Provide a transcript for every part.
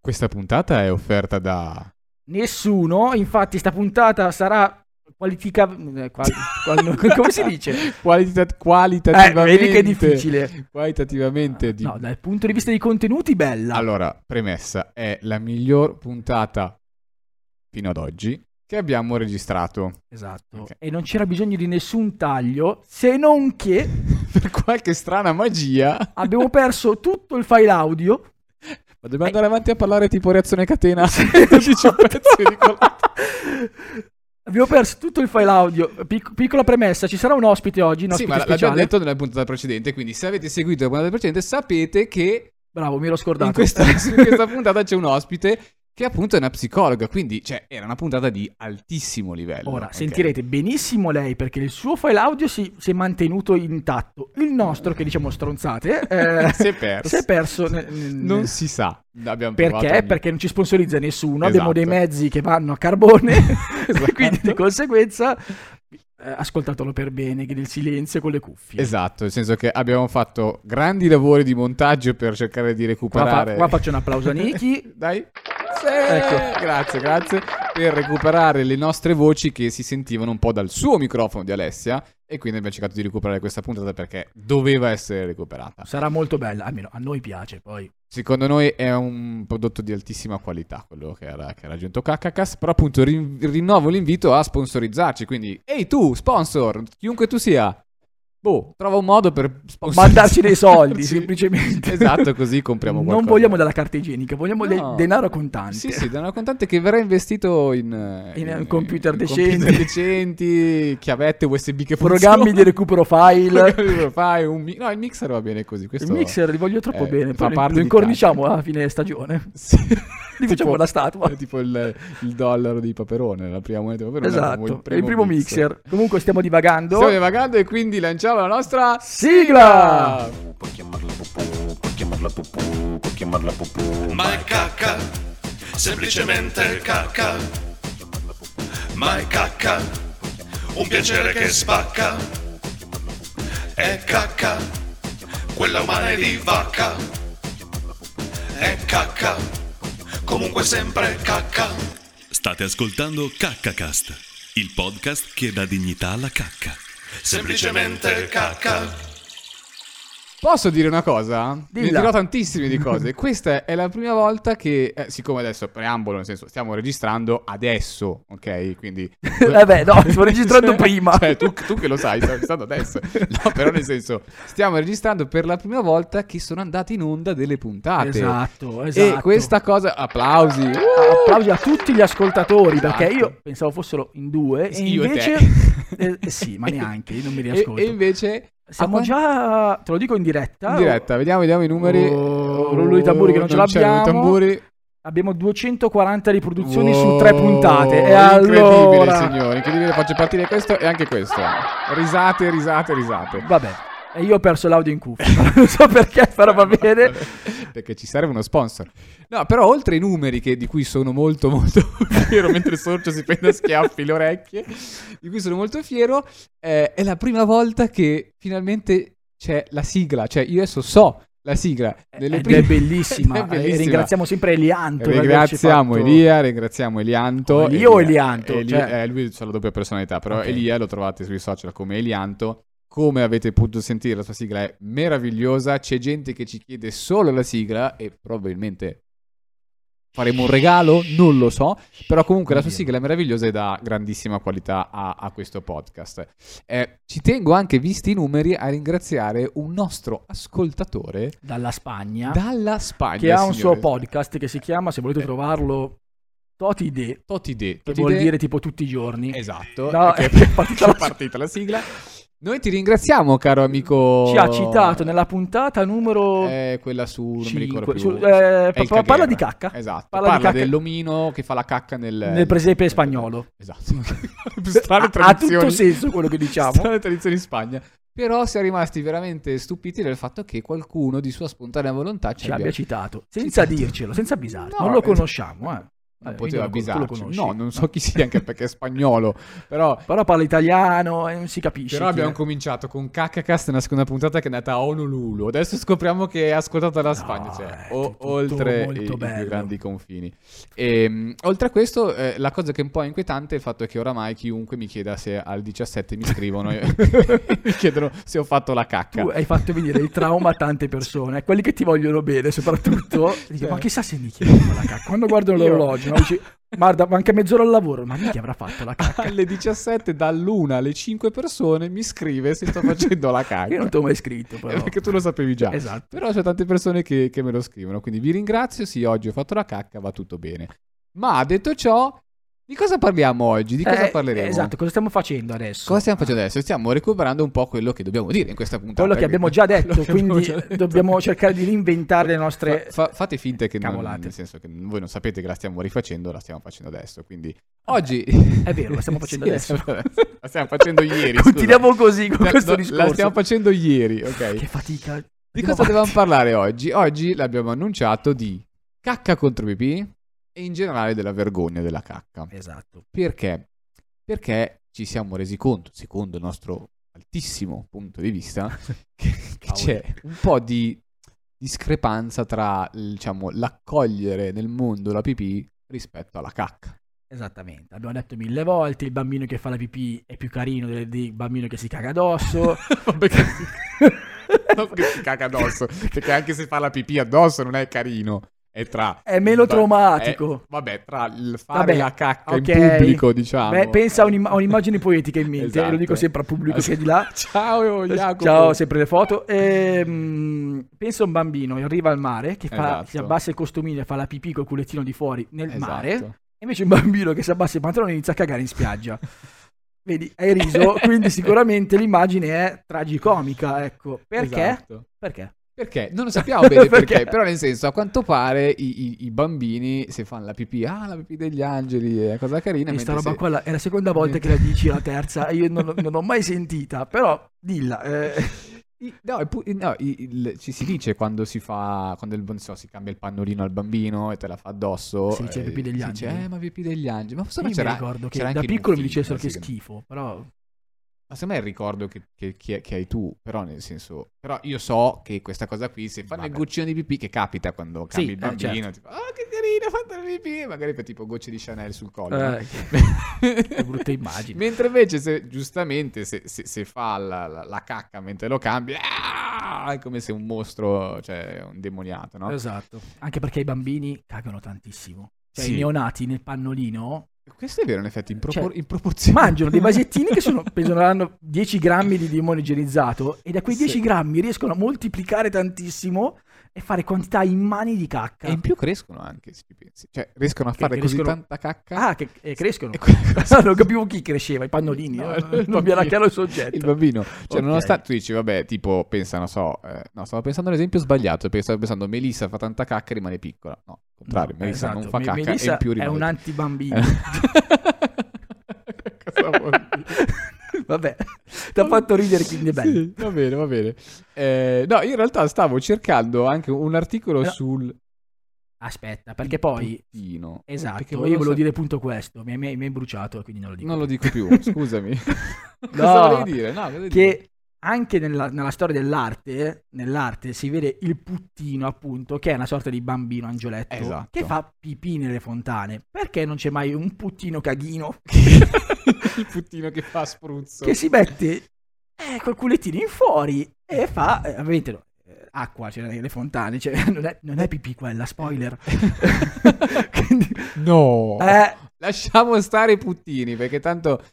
Questa puntata è offerta da... Nessuno, infatti, sta puntata sarà qualifica... eh, qual- qual- come si dice? Qualita- Eh, qualitativamente... vedi che è difficile. Qualitativamente di... No, dal punto di vista dei contenuti, bella. Allora, premessa, è la miglior puntata fino ad oggi che abbiamo registrato. Esatto. Ok. E non c'era bisogno di nessun taglio, se non che per qualche strana magia. abbiamo perso tutto il file audio. Ma dobbiamo andare avanti a parlare tipo reazione catena. Dici un pezzo di col- Esatto. Abbiamo perso tutto il file audio. Pic- piccola premessa, ci sarà un ospite oggi, un Sì, ospite ma l'abbiamo speciale. detto nella puntata precedente, quindi se avete seguito la puntata precedente sapete che Bravo, mi ero scordato. in questa, in questa puntata c'è un ospite che appunto è una psicologa, quindi cioè, era una puntata di altissimo livello. Ora ok? sentirete benissimo lei perché il suo file audio si, si è mantenuto intatto. Il nostro, che diciamo stronzate, eh, Si è perso. si è perso nel- nel- Non si sa. Abbiamo provato Perché? ogni- Perché non ci sponsorizza nessuno, Esatto. abbiamo dei mezzi che vanno a carbone, Esatto. quindi di conseguenza eh, ascoltatelo per bene, che nel silenzio con le cuffie. Esatto, nel senso che abbiamo fatto grandi lavori di montaggio per cercare di Qua, fa- recuperare. qua faccio un applauso a Niki. Dai. Sì, Ecco. Grazie, grazie. Per recuperare le nostre voci che si sentivano un po' dal suo microfono di Alessia. E quindi abbiamo cercato di recuperare questa puntata perché doveva essere recuperata. Sarà molto bella, almeno a noi piace poi. Secondo noi è un prodotto di altissima qualità quello che era- che ha raggiunto Cacacas. Però appunto rin- rinnovo l'invito a sponsorizzarci. Quindi, ehi tu, sponsor, chiunque tu sia. Boh, trova un modo per sponsorizzarci. Mandarci dei soldi, semplicemente. Esatto, così compriamo Non qualcosa. vogliamo della carta igienica, vogliamo No. del denaro contante. Sì, sì, da una contante che verrà investito in, eh, In, eh, computer decenti. computer decenti, chiavette USB che Programmi di funzionano. recupero file. Programmi di- fai un mi- no, il mixer va bene così. Questo Il mixer li voglio troppo eh, bene, fa poi parte lo di incorniciamo a fine stagione. Sì. Li facciamo la statua. è tipo il, il dollaro di Paperone, la prima moneta di Paperone. avevamo Esatto, è il primo mixer. Comunque stiamo divagando. Stiamo divagando e quindi lanciamo la nostra Sigla! Puoi chiamarla pupù, puoi chiamarla pupù, puoi chiamarla pupù. Ma è cacca, semplicemente cacca. Ma è cacca, un piacere che spacca. È cacca, quella umana è di vacca. È cacca, comunque sempre cacca. State ascoltando Caccacast, il podcast che dà dignità alla cacca. Semplicemente cacca. Posso dire una cosa? Mi Dilla. dirò tantissime di cose. Questa è la prima volta che, eh, siccome adesso preambolo, nel senso stiamo registrando adesso, ok? Quindi... Vabbè, no, sto registrando Cioè- prima. Cioè, tu, tu che lo sai, stiamo registrando adesso. No, però nel senso, stiamo registrando per la prima volta che sono andate in onda delle puntate. Esatto, esatto. Ah, E questa cosa... Applausi! Uh! Applausi a tutti gli ascoltatori perché Esatto. io pensavo fossero in due e Io e invece te. Eh, sì, ma neanche, io non mi E- riascolto. E, invece... siamo a quanti- già te lo dico in diretta. In diretta, vediamo, vediamo i numeri. Oh, rullo di tamburi che non ce c'erano i l'abbiamo. tamburi. Abbiamo 240 riproduzioni Wow, su tre puntate e incredibile, allora signori, incredibile, faccio partire questo e anche questo. Risate, risate, risate. Vabbè. E io ho perso l'audio in cuffia. non so perché, però va bene. Perché ci serve uno sponsor. No, però oltre ai numeri che- di cui sono molto molto fiero, mentre Sorcio si prende a schiaffi le orecchie, di cui sono molto fiero, eh, è la prima volta che finalmente c'è la sigla, cioè io adesso so la sigla. delle Eh, Ed prime- è bellissima. Ed è bellissima. E ringraziamo sempre Elianto. per averci Ringraziamo fatto- Elia, ringraziamo Elianto. Oh, Elia o Elianto, Eli- cioè- eh, lui ha la doppia personalità, però Ok. Elia lo trovate sui social come Elianto. Come avete potuto sentire, la sua sigla è meravigliosa. C'è gente che ci chiede solo la sigla e probabilmente faremo un regalo, non lo so. Però comunque la sua Oddio. sigla è meravigliosa e dà grandissima qualità a, a questo podcast. Eh, ci tengo anche, visti i numeri, a ringraziare un nostro ascoltatore Dalla Spagna. dalla Spagna. Ah. che ha un Eh, signori. suo podcast che si chiama, se volete Eh. trovarlo, Toti De, che Toti De. Toti vuol De- dire tipo tutti i giorni. Esatto. No, che è partita la- è partita la sigla. Noi ti ringraziamo, caro amico. Ci ha citato nella puntata numero... oh. Eh, quella su... Non mi ricordo Cinque, più. su- È eh, pa- il pa- caghiera. parla di cacca. Esatto. Parla Parla, di cacca. dell'omino che fa la cacca nel... Nel presepe spagnolo. Esatto. Strane Ha- ha tutto tradizioni. senso quello che diciamo. Strane tradizioni in Spagna. Però si è rimasti veramente stupiti del fatto che qualcuno di sua spontanea volontà Ci abbia citato, senza Citato. dircelo, senza avvisarlo. No, non lo esatto. conosciamo, eh. non Eh, poteva quindi lo- tu lo avvisarci. conosci? No, non so chi sia, anche perché è spagnolo. Però, Però parla italiano e non si capisce. però chi abbiamo è. cominciato con Cacacast una seconda puntata che è nata a Honolulu. Adesso scopriamo che è ascoltata dalla No, Spagna, cioè è o- tutto oltre i, molto i più bello. grandi confini. Ehm, oltre a questo, eh, la cosa che è un po' inquietante è il fatto che oramai chiunque mi chieda se al 17 mi scrivono e mi chiedono se ho fatto la cacca. Tu hai fatto venire il trauma a tante persone, quelli che ti vogliono bene soprattutto. Dico, Cioè. Ma chissà se mi chiedono la cacca. Quando guardano Io- l'orologio, no? dici, guarda, manca mezz'ora al lavoro, ma mica avrà fatto la cacca. alle 17 dall'una alle 5 persone mi scrive se sto facendo la cacca. Io non ti ho mai scritto, Ah, Eh, però. Perché tu lo sapevi già. Esatto. Però c'è tante persone che, che me lo scrivono. Quindi vi ringrazio. Sì, oggi ho fatto la cacca, va tutto bene. Ma detto ciò, di cosa parliamo oggi? Di cosa Eh, parleremo? Esatto, cosa stiamo facendo adesso? Cosa stiamo facendo adesso? Stiamo recuperando un po' quello che dobbiamo dire in questa puntata. Quello che abbiamo già detto, Quello che abbiamo quindi già detto. dobbiamo cercare di reinventare le nostre... Fa- fa- fate finta che non, Cavolate. nel senso che voi non sapete che la stiamo rifacendo, la stiamo facendo adesso. Quindi oggi È vero, la stiamo facendo Sì, la adesso. stiamo- La stiamo facendo ieri. scusa. Continuiamo così con La- questo no, discorso. La stiamo facendo ieri, ok. Che fatica. Di Andiamo cosa avanti. dovevamo parlare oggi? Oggi l'abbiamo annunciato di cacca contro pipì e in generale della vergogna della cacca. Esatto. Perché? Perché ci siamo resi conto, secondo il nostro altissimo punto di vista, che, che c'è un po' di discrepanza tra diciamo, l'accogliere nel mondo la pipì rispetto alla cacca. Esattamente, abbiamo detto mille volte, il bambino che fa la pipì è più carino del, del bambino che si caga addosso. Vabbè che si- non che si caga addosso, perché anche se fa la pipì addosso non è carino. È tra È meno Va- traumatico. eh, vabbè, tra il fare Vabbè, la cacca in ok. pubblico, diciamo. Beh, pensa a, un'im- a un'immagine poetica in mente, eh, Esatto. lo dico sempre al pubblico che è di là. Ciao Jacopo. Ciao, sempre le foto. Ehm, pensa a un bambino che arriva al mare, che fa, Esatto. si abbassa il costumino e fa la pipì col culettino di fuori nel Esatto. mare, e invece un bambino che si abbassa i pantaloni e inizia a cagare in spiaggia. Vedi, hai riso, quindi sicuramente l'immagine è tragicomica, ecco. Perché? Esatto. Perché? Perché? Non lo sappiamo bene perché, Perché? però nel senso, a quanto pare i, i- i bambini se fanno la pipì, ah la pipì degli angeli è una cosa carina. Questa mentre roba se- qua la- è la seconda volta che la dici, la terza, e io non, non l'ho mai sentita, però dilla. eh. I- No, e pu- no, i- il- ci si dice quando si fa, quando il, non so, si cambia il pannolino al bambino e te la fa addosso. Si dice eh, pipì degli si angeli. Dice, eh, ma pipì degli angeli. Ma forse Io mi c'era, ricordo che c'era da anche in un piccolo mi film, dicessero che è sì, schifo, però Ma secondo me è il ricordo che, che- che- che hai tu, però nel senso, però io so che questa cosa qui, se fanno il Vabbè. goccino di pipì, che capita quando Sì, cambi il eh, bambino, tipo, oh che carina, ha fatto il pipì, magari fa tipo gocce di Chanel sul collo. no? eh, che brutta immagine. Mentre invece, se, giustamente, se, se- se fa la, la- la cacca mentre lo cambia, "Ah!" è come se un mostro, cioè un demoniato, no? Esatto. Anche perché i bambini cagano tantissimo. Cioè Sì. i neonati nel pannolino Questo è vero, in effetti, in, propor- Cioè, in proporzione. mangiano dei vasettini che sono, peseranno 10 grammi di dimonogenizzato e da quei Sì. 10 grammi riescono a moltiplicare tantissimo e fare quantità immani di cacca. E in più crescono anche, se ci pensi. Cioè, riescono a Che fare così crescono- tanta cacca. Ah, che eh, crescono. E quella cosa- non capivo chi cresceva, i pannolini. No, eh, il non mi bambino. era chiaro il soggetto. il bambino. Cioè, Ok. nonostante tu dici, vabbè, tipo, pensa, non so, eh, no, stavo pensando all'esempio sbagliato, perché stavo pensando Melissa fa tanta cacca e rimane piccola. No, al contrario, No, Melissa esatto. non fa Me- cacca e Melissa in più è rimane un piccola. Eh. antibambino. Cosa vuol dire? Vabbè, ti ha fatto ridere, quindi è bello. Sì, va bene, va bene. Eh, no, io in realtà stavo cercando anche un articolo No. sul Aspetta, perché poi... puttino. Esatto, Perché io volevo sa- dire appunto questo, mi hai, mi hai bruciato, quindi non lo dico. Non lo dico più, scusami. cosa volevi dire? No, cosa volevi dire? Che anche nella, nella storia dell'arte, nell'arte si vede il puttino appunto, che è una sorta di bambino angioletto, Esatto. che fa pipì nelle fontane. Perché non c'è mai un puttino caghino il puttino che fa spruzzo. che si mette eh, col culettino in fuori e fa eh, ovviamente no, eh, acqua cioè nelle fontane cioè, non, è, non è pipì quella spoiler quindi No. eh, Lasciamo stare i puttini, perché tanto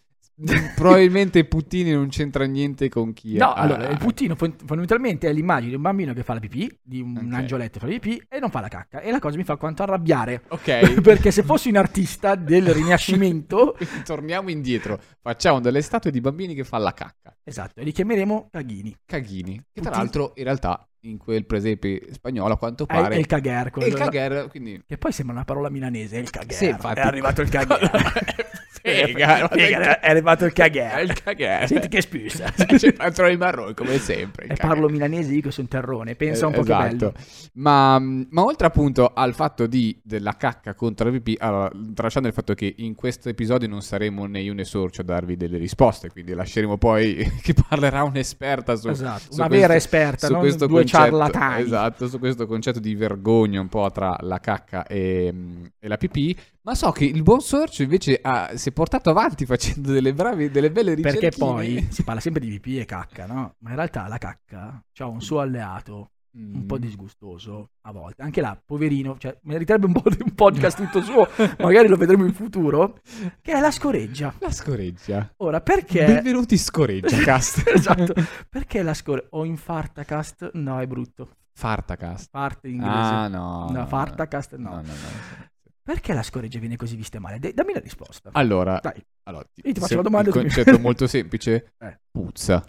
probabilmente puttini non c'entra niente con chi è. Ah, eh, no allora il puttino fon- fondamentalmente è l'immagine di un bambino che fa la pipì di un Ok. angioletto che fa la pipì e non fa la cacca e la cosa mi fa quanto arrabbiare Ok. perché se fossi un artista del rinascimento Quindi torniamo indietro. Facciamo delle statue di bambini che fanno la cacca. esatto e li chiameremo caghini Caghini. Che tra Puttini. Eh, l'altro in realtà in quel presepe spagnolo, a quanto È, pare. è il Eh. cagher. E quello- il cagher, quindi... Che poi sembra una parola milanese, il cagher. Sì, infatti. È arrivato il cagher. Figa, Figa, è arrivato il È cagher. il cagher. Senti che spissa. C'è dentro i marroni, come sempre. il E cagher. parlo milanese io che sono terrone. Pensa un po' Esatto. che bello. Ma, mm, ma oltre appunto al fatto di, della cacca contro la pipì, allora, tralasciando il fatto che in questo episodio non saremo né io né Sorcio a darvi delle risposte, quindi lasceremo poi che parlerà un'esperta su, Esatto, su una questo- vera esperta, su non questo due concetto- ciarlatani. Esatto, su questo concetto di vergogna un po' tra la cacca e, mm, e la pipì, ma so che il buon Sorcio invece ha- si è portato avanti facendo delle, bravi, delle belle ricerche. Perché poi si parla sempre di pipì e cacca, no? Ma in realtà la cacca ha un suo alleato Mm. un po' disgustoso a volte. Anche là, poverino, cioè, meriterebbe un, po di- un podcast tutto suo, magari lo vedremo in futuro, che è la scoreggia. La scoreggia. Ora, perché... Benvenuti scoreggia, cast. esatto. Perché la scoreggia? O infartacast? No, è brutto. Fartacast. Fart in inglese. Ah, no. No, fartacast no. No, no, no. Perché la scoreggia viene così vista male? De- dammi la risposta. Allora, Dai. allora, ti, Io ti faccio se- la domanda Il e tu mi- concetto è molto semplice. Eh. Puzza.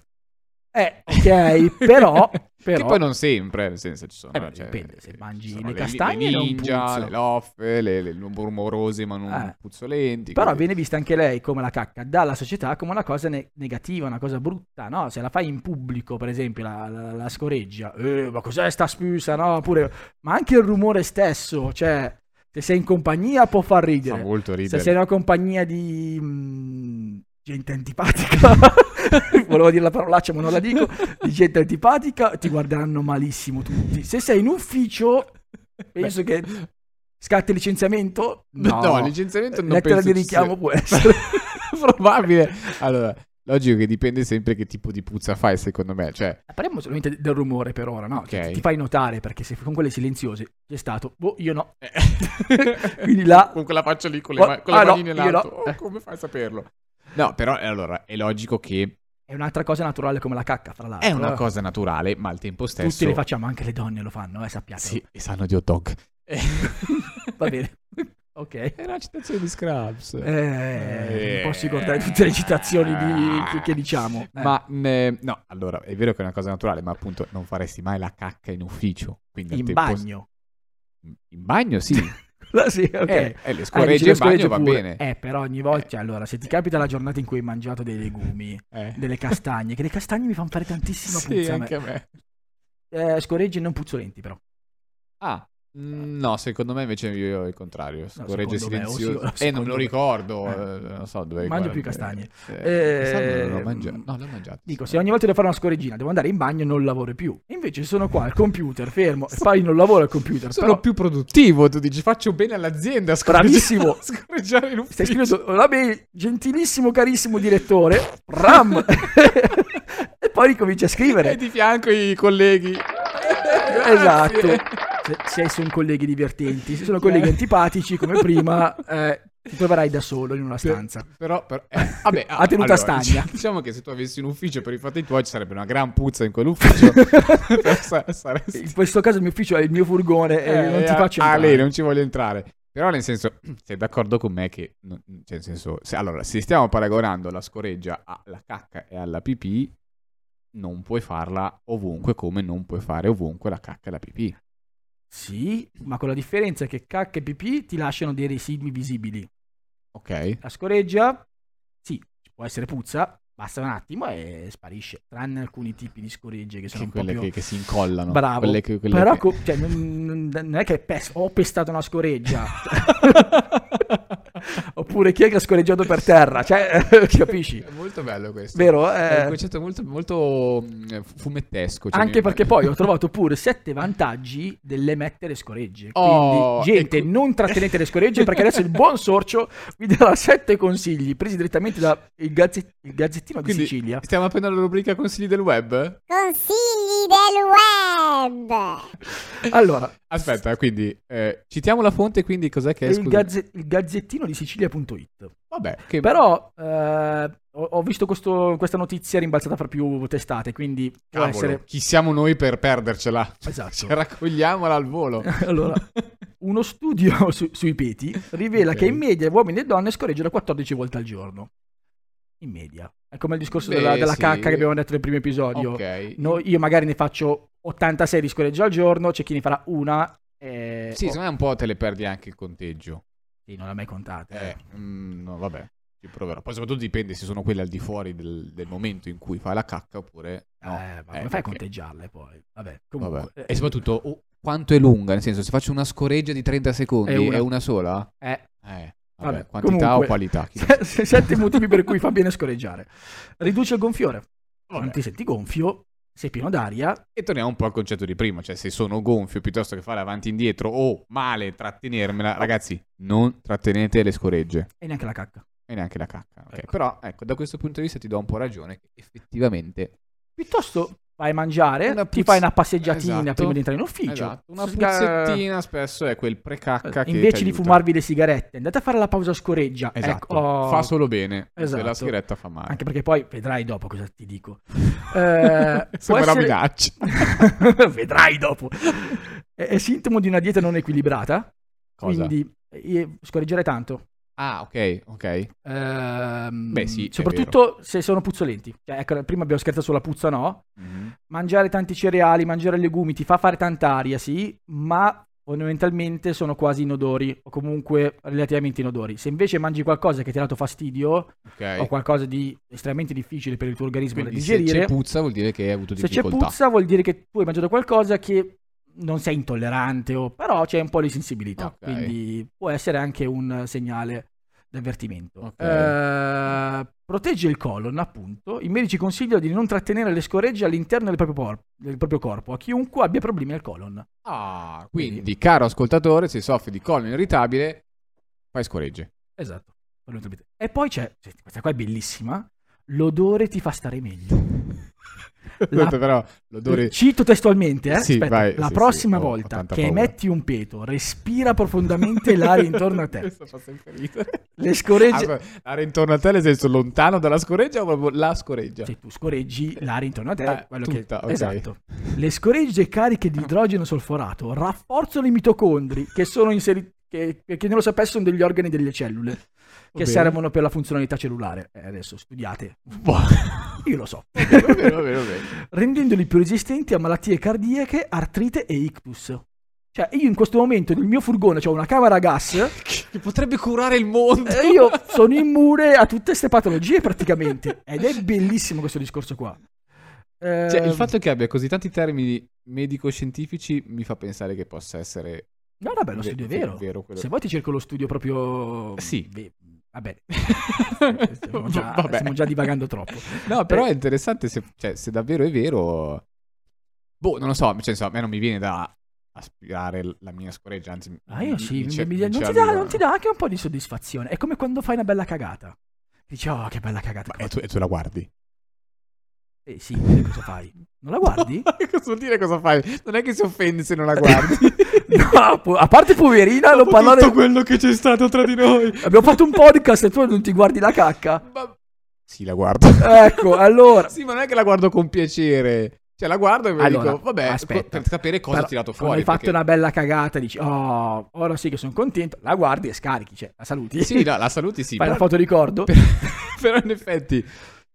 Eh, ok, però... però... Che poi non sempre, nel senso ci sono... Eh, beh, cioè, dipende, se ci mangi sono le li- castagne le non ninja, puzza. le loffe, le, le rumorose ma non Eh. puzzolenti. Però quindi- viene vista anche lei come la cacca dalla società come una cosa ne- negativa, una cosa brutta, no? Se la fai in pubblico, per esempio, la, la, la scoreggia, eh, ma cos'è sta spusa, no? Oppure, ma anche il rumore stesso, cioè, se sei in compagnia può far Fa ridere. molto Se ridere. sei in una compagnia di mm, gente antipatica, volevo dire la parolaccia ma non la dico, di gente antipatica, ti guarderanno malissimo tutti. Se sei in ufficio, penso che scatti il licenziamento. No, licenziamento non Lettera penso di ci sia. richiamo può essere. Probabile. Allora, logico che dipende sempre che tipo di puzza fai, secondo me. Cioè, Parliamo solamente del rumore per ora, no? Ok. Cioè, ti fai notare perché se con quelle silenziose c'è stato, boh, io no. Eh. Quindi là- con quella faccia lì con le, Oh, ma- con le ah, no, manine in io alto no. Oh, Eh. come fai a saperlo no però eh, allora è logico che È un'altra cosa naturale come la cacca, fra l'altro. è una eh. cosa naturale ma al tempo stesso Tutti le facciamo, anche le donne lo fanno, eh, sappiate. sì e sanno di hot dog Va bene. ok. è una citazione di Scraps Eh, non posso ricordare tutte le citazioni di- che- che diciamo. Eh. Ah. ma mh, no allora è vero che è una cosa naturale ma appunto non faresti mai la cacca in ufficio quindi al In tempo- bagno. in bagno sì La sì, ok. eh, eh, le Ah, dici, scorregge le in bagno scoregge va pure. bene Eh, però ogni volta, cioè, allora, se ti capita la giornata in cui hai mangiato dei legumi, Eh. delle castagne, che le castagne mi fanno fare tantissima sì puzza a me. anche a me Eh, scoreggi non puzzolenti, però. Ah, mm, no, secondo me invece io ho il contrario. Scorregge secondo me, o sì, silenzioso. o eh, non secondo lo me. ricordo. Eh. eh, non so dove. Mangio più guarda- castagne. Eh, quest'anno non Eh, l'ho mangiato. No, l'ho mangiato. Dico, se ogni volta devo fare una scoreggina, devo andare in bagno, non lavoro più. E invece sono qua al computer, fermo. E poi non lavoro al computer. Sono però più produttivo, tu dici faccio bene all'azienda. a scorreggi- Bravissimo. a Scorreggiare in Stai ufficio. scrivendo la mail, gentilissimo, carissimo direttore. Ram! e poi ricominci a E scrivere. di fianco i colleghi. Esatto. Se, se sono colleghi divertenti, se sono Cioè. colleghi antipatici, come prima, eh, ti troverai da solo in una Cioè. stanza. Però, però eh, vabbè, Ha tenuta allora, stagna. dic- Diciamo che se tu avessi un ufficio per i fatti tuoi ci sarebbe una gran puzza in quell'ufficio. Però sa- saresti- In questo caso il mio ufficio è il mio furgone e Eh, non ti a- faccio a lei entrare. non ci voglio entrare. Però nel senso, sei d'accordo con me che, non- cioè nel senso, se, allora, se stiamo paragonando la scoreggia alla cacca e alla pipì, non puoi farla ovunque come non puoi fare ovunque la cacca e la pipì. Sì, ma con la differenza che cacca e pipì ti lasciano dei residui visibili. Ok? La scoreggia, sì, ci può essere puzza, basta un attimo e sparisce. Tranne alcuni tipi di scoregge che Che sono un po' Cioè, quelle più... che, che si incollano. Bravo. Quelle che- quelle Però che- co- cioè, non, non- non è che pes- ho pestato una scoreggia. Oppure chi è che ha scoreggiato per terra? Cioè, capisci? È molto bello questo. Vero? È un Eh, concetto molto, molto mm, fumettesco. cioè anche mi- perché poi ho trovato pure sette vantaggi dell'emettere scoregge. Quindi, Oh, gente, ecco. non trattenete le scoregge perché adesso il buon sorcio vi darà sette consigli presi direttamente dal Gazzettino di Quindi Sicilia. Stiamo appena alla rubrica consigli del web? Consigli del web! Eh, Allora, Aspetta, quindi eh, citiamo la fonte, quindi cos'è che è? il, scusa? gazze- il Gazzettino di Sicilia.it. Vabbè, che Però eh, ho, ho visto questo- questa notizia rimbalzata fra più testate, quindi può Cavolo, essere... chi siamo noi per perdercela? Esatto. Cioè, raccogliamola al volo. Allora, uno studio su- sui peti rivela Ok. che in media uomini e donne scorreggiano 14 volte al giorno. In media. È come il discorso Beh, della, della sì. cacca che abbiamo detto nel primo episodio. Ok. No, io magari ne faccio 86 di scoreggio al giorno, c'è chi ne farà una. E... Sì, oh, secondo me un po' te le perdi anche il conteggio. sì, non l'ho mai contata. Eh, mm, no, vabbè, ci proverò. Poi soprattutto dipende se sono quelle al di fuori del, del momento in cui fai la cacca oppure Eh, no. Eh, ma come fai a perché- conteggiarle poi? Vabbè, comunque. Vabbè. eh, E soprattutto oh, quanto è lunga, nel senso se faccio una scoreggia di 30 secondi È è una. una, sola? eh, Eh, vabbè, Vabbè, quantità comunque. o qualità? Chi lo sa. se- se- sette motivi per cui fa bene scoreggiare. Riduce il gonfiore. Non Vabbè. ti senti gonfio, sei pieno d'aria. E torniamo un po' al concetto di prima, cioè se sono gonfio piuttosto che fare avanti e indietro o male trattenermela, ragazzi, non trattenete le scoregge E neanche la cacca. e neanche la cacca. ok? Ecco. Però ecco, da questo punto di vista ti do un po' ragione che effettivamente Piuttosto vai a mangiare, Una ti puzz- fai una passeggiatina Esatto. prima di entrare in ufficio. esatto, una Sga- puzzettina spesso è quel precacca che Eh, Invece ti di aiuta. fumarvi le sigarette, andate a fare la pausa scoreggia. Esatto. Ecco, oh, Fa solo bene, se Esatto. la sigaretta fa male. Anche perché poi vedrai dopo cosa ti dico. Eh, può Sembra una essere- minaccia. vedrai dopo. È, è sintomo di una dieta non equilibrata. Cosa? Quindi eh, scorreggiare tanto. Ah, ok, ok. Ehm, Beh, sì, è soprattutto se sono puzzolenti. Cioè, ecco, prima abbiamo scherzato sulla puzza, no? Mhm. Mangiare tanti cereali, mangiare legumi ti fa fare tanta aria, sì, ma fondamentalmente sono quasi inodori o comunque relativamente inodori. Se invece mangi qualcosa che ti ha dato fastidio Ok. o qualcosa di estremamente difficile per il tuo organismo Quindi da se c'è digerire, puzza vuol dire che hai avuto se c'è difficoltà. puzza vuol dire che tu hai mangiato qualcosa che non sei intollerante, o, però c'è un po' di sensibilità, Ok. quindi può essere anche un segnale d'avvertimento. Ok. Eh, protegge il colon, appunto. I medici consigliano di non trattenere le scoregge all'interno del proprio, por- del proprio corpo a chiunque abbia problemi al colon. Ah, Quindi- quindi, caro ascoltatore, se soffri di colon irritabile, fai scoregge. Esatto. E poi c'è, senti, questa qua è bellissima, l'odore ti fa stare meglio. La- Aspetta, però l'odore... Cito testualmente, eh? Sì, Aspetta, vai, la sì, prossima sì, ho- ho volta tanta che paura. emetti un peto, respira profondamente l'aria intorno a te. Questo fa sempre ridere. Le scoregge. Ah, l'aria intorno a te, nel senso lontano dalla scoreggia o proprio la scoreggia? Se Cioè, tu scoreggi l'aria intorno a te, Ah, quello tutta, che... ok. Esatto. Le scoregge cariche di idrogeno solforato rafforzano i mitocondri che sono inseriti... Che, per chi non lo sapesse sono degli organi delle cellule che bene. servono per la funzionalità cellulare. Eh, adesso studiate. Io lo so. Boh. Va bene, va bene, va bene. rendendoli più resistenti a malattie cardiache, artrite e ictus. Cioè, io in questo momento nel mio furgone ho una camera a gas Che potrebbe curare il mondo. e io sono immune a tutte queste patologie praticamente. Ed è bellissimo questo discorso qua. Cioè, Ehm, il fatto che abbia così tanti termini medico-scientifici mi fa pensare che possa essere... No, vabbè, lo studio è Ve- vero. vero quello- Se vuoi ti cerco lo studio proprio... Sì. Beh, vabbè, stiamo già, Vabbè. stiamo già divagando troppo. No, però Eh. è interessante se, cioè, se davvero è vero. Boh, non lo so, cioè, insomma, a me non mi viene da aspirare l- la mia scoreggia, anzi... Ah, io mi- sì, mi- ce- mi- non, ce ti dà, arrivo. non ti dà anche un po' di soddisfazione. È come quando fai una bella cagata. Dici, oh, che bella cagata. Ma- E tu, e tu la guardi? Eh sì, e cosa fai? Non la guardi? cosa vuol dire cosa fai? Non è che si offende se non la guardi. No, po- a parte poverina, non Dopo parlare... tutto quello che c'è stato tra di noi. Abbiamo fatto un podcast e tu non ti guardi la cacca. Ma- Sì, la guardo. Ecco, allora... sì, ma non è che la guardo con piacere. Cioè, la guardo e mi Allora, dico, vabbè, aspetta. per sapere cosa Però ho tirato quando fuori. hai fatto perché- una bella cagata, dici, oh, ora sì che sono contento, la guardi e scarichi, cioè, la saluti. Sì, no, la saluti sì. Fai la però- foto ricordo. Per- però in effetti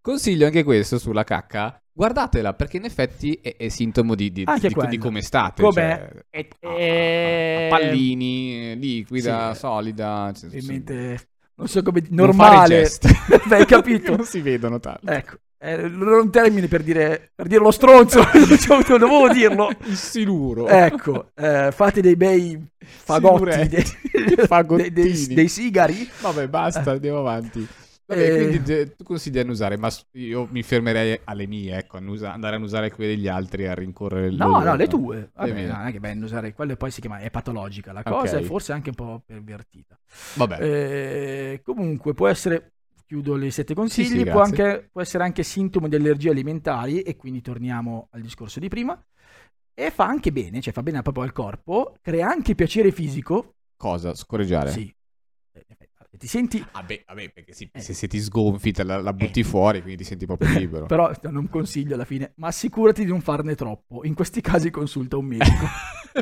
consiglio anche questo sulla cacca guardatela perché in effetti è, è sintomo di, di- Anche di- quello. di come state Com'è? cioè, E- a- a- e- a pallini eh, liquida Sì. solida cioè, Ovviamente, non so come... non fare Normale. gesti. Beh, hai capito. non si vedono tanto Ecco, eh, non è un termine per dire, per dire lo stronzo, diciamo, dovevo dirlo. il siluro Ecco, eh, fate dei bei fagotti, Siluretti, dei, fagottini. dei- dei- dei sigari. vabbè basta andiamo avanti Vabbè, Eh. quindi de- tu consigli di non usare, ma s- io mi fermerei alle mie, ecco, a non usa- andare a non usare quelle degli altri a rincorrere il No, loro, no, le tue. Le Vabbè, mie. no, non è che bene usare quello e poi si chiama, è patologica la cosa Ok. e forse anche un po' pervertita. Vabbè, Eh, comunque può essere, chiudo le sette consigli, Sì, sì, può, grazie. anche- può essere anche sintomo di allergie alimentari e quindi torniamo al discorso di prima. E fa anche bene, cioè fa bene proprio al corpo, crea anche piacere fisico. cosa? Scorreggiare? Sì. Eh, eh, Ti senti, Vabbè, vabbè, perché sì, Eh. se, se ti sgonfi te la, la butti fuori, quindi ti senti proprio libero. però non consiglio alla fine, ma assicurati di non farne troppo. In questi casi consulta un medico.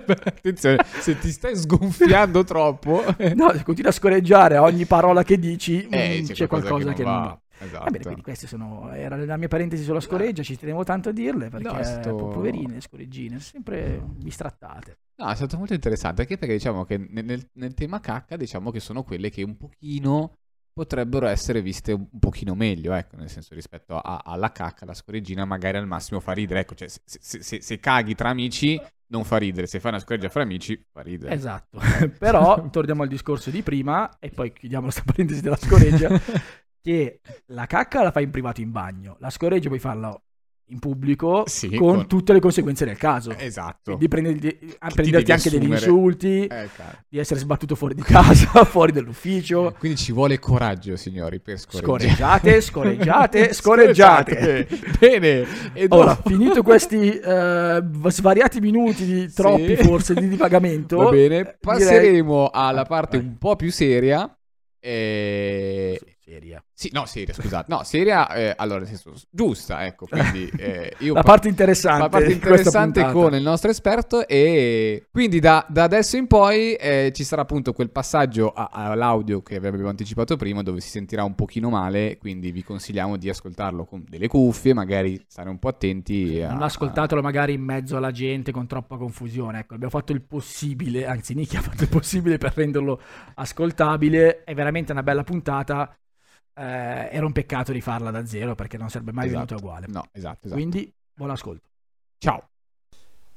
Beh, Attenzione, se ti stai sgonfiando troppo... No, se continui a scoreggiare a ogni parola che dici, Eh, mm, c'è, c'è qualcosa, qualcosa che che, non non va. va. Esatto. Eh. Va bene, quindi queste sono, era la mia parentesi sulla scoreggia, ci tenevo tanto a dirle perché No, è stato- po- poverine le scoreggine, sempre bistrattate. No, è stato molto interessante anche perché diciamo che ne- nel, nel tema cacca diciamo che sono quelle che un pochino potrebbero essere viste un un pochino meglio, ecco, nel senso rispetto a- alla cacca, la scoreggina magari al massimo fa ridere, ecco, cioè se, se- se- se caghi tra amici non fa ridere, se fai una scoreggia fra amici fa ridere. Esatto, però torniamo al discorso di prima e poi chiudiamo questa parentesi della scoreggia, che la cacca la fai in privato in bagno, la scoreggia puoi farla in pubblico Sì, con, con- tutte le conseguenze del caso. Esatto. Quindi prenderti, ti prenderti devi anche degli assumere. insulti, Eh, caro. di essere sbattuto fuori di casa, fuori dall'ufficio. Quindi ci vuole coraggio, signori, per scoreggiare. Scoreggiate, scoreggiate, scoreggiate. Scoreggiate. Bene. E Ora, dopo- finito questi eh, svariati minuti di troppi Sì. forse di divagamento, Va direi- Ah, bene, passeremo alla parte vai. un po' più seria. Eh, Su, seria. sì, no, seria, scusate. No, seria, eh, allora, nel senso, giusta, ecco, quindi eh, io la par- parte interessante, la parte di questa interessante puntata. con il nostro esperto e quindi da, da adesso in poi eh, ci sarà appunto quel passaggio a- all'audio che avevo anticipato prima dove si sentirà un pochino male, quindi vi consigliamo di ascoltarlo con delle cuffie, magari stare un po' attenti. a- Non ascoltatelo magari in mezzo alla gente con troppa confusione. Ecco, abbiamo fatto il possibile, anzi Nicky ha fatto il possibile per renderlo ascoltabile. È veramente una bella puntata. Eh, era un peccato rifarla da zero perché non sarebbe mai Esatto. venuto uguale. No, esatto, esatto. Quindi buon ascolto. Ciao.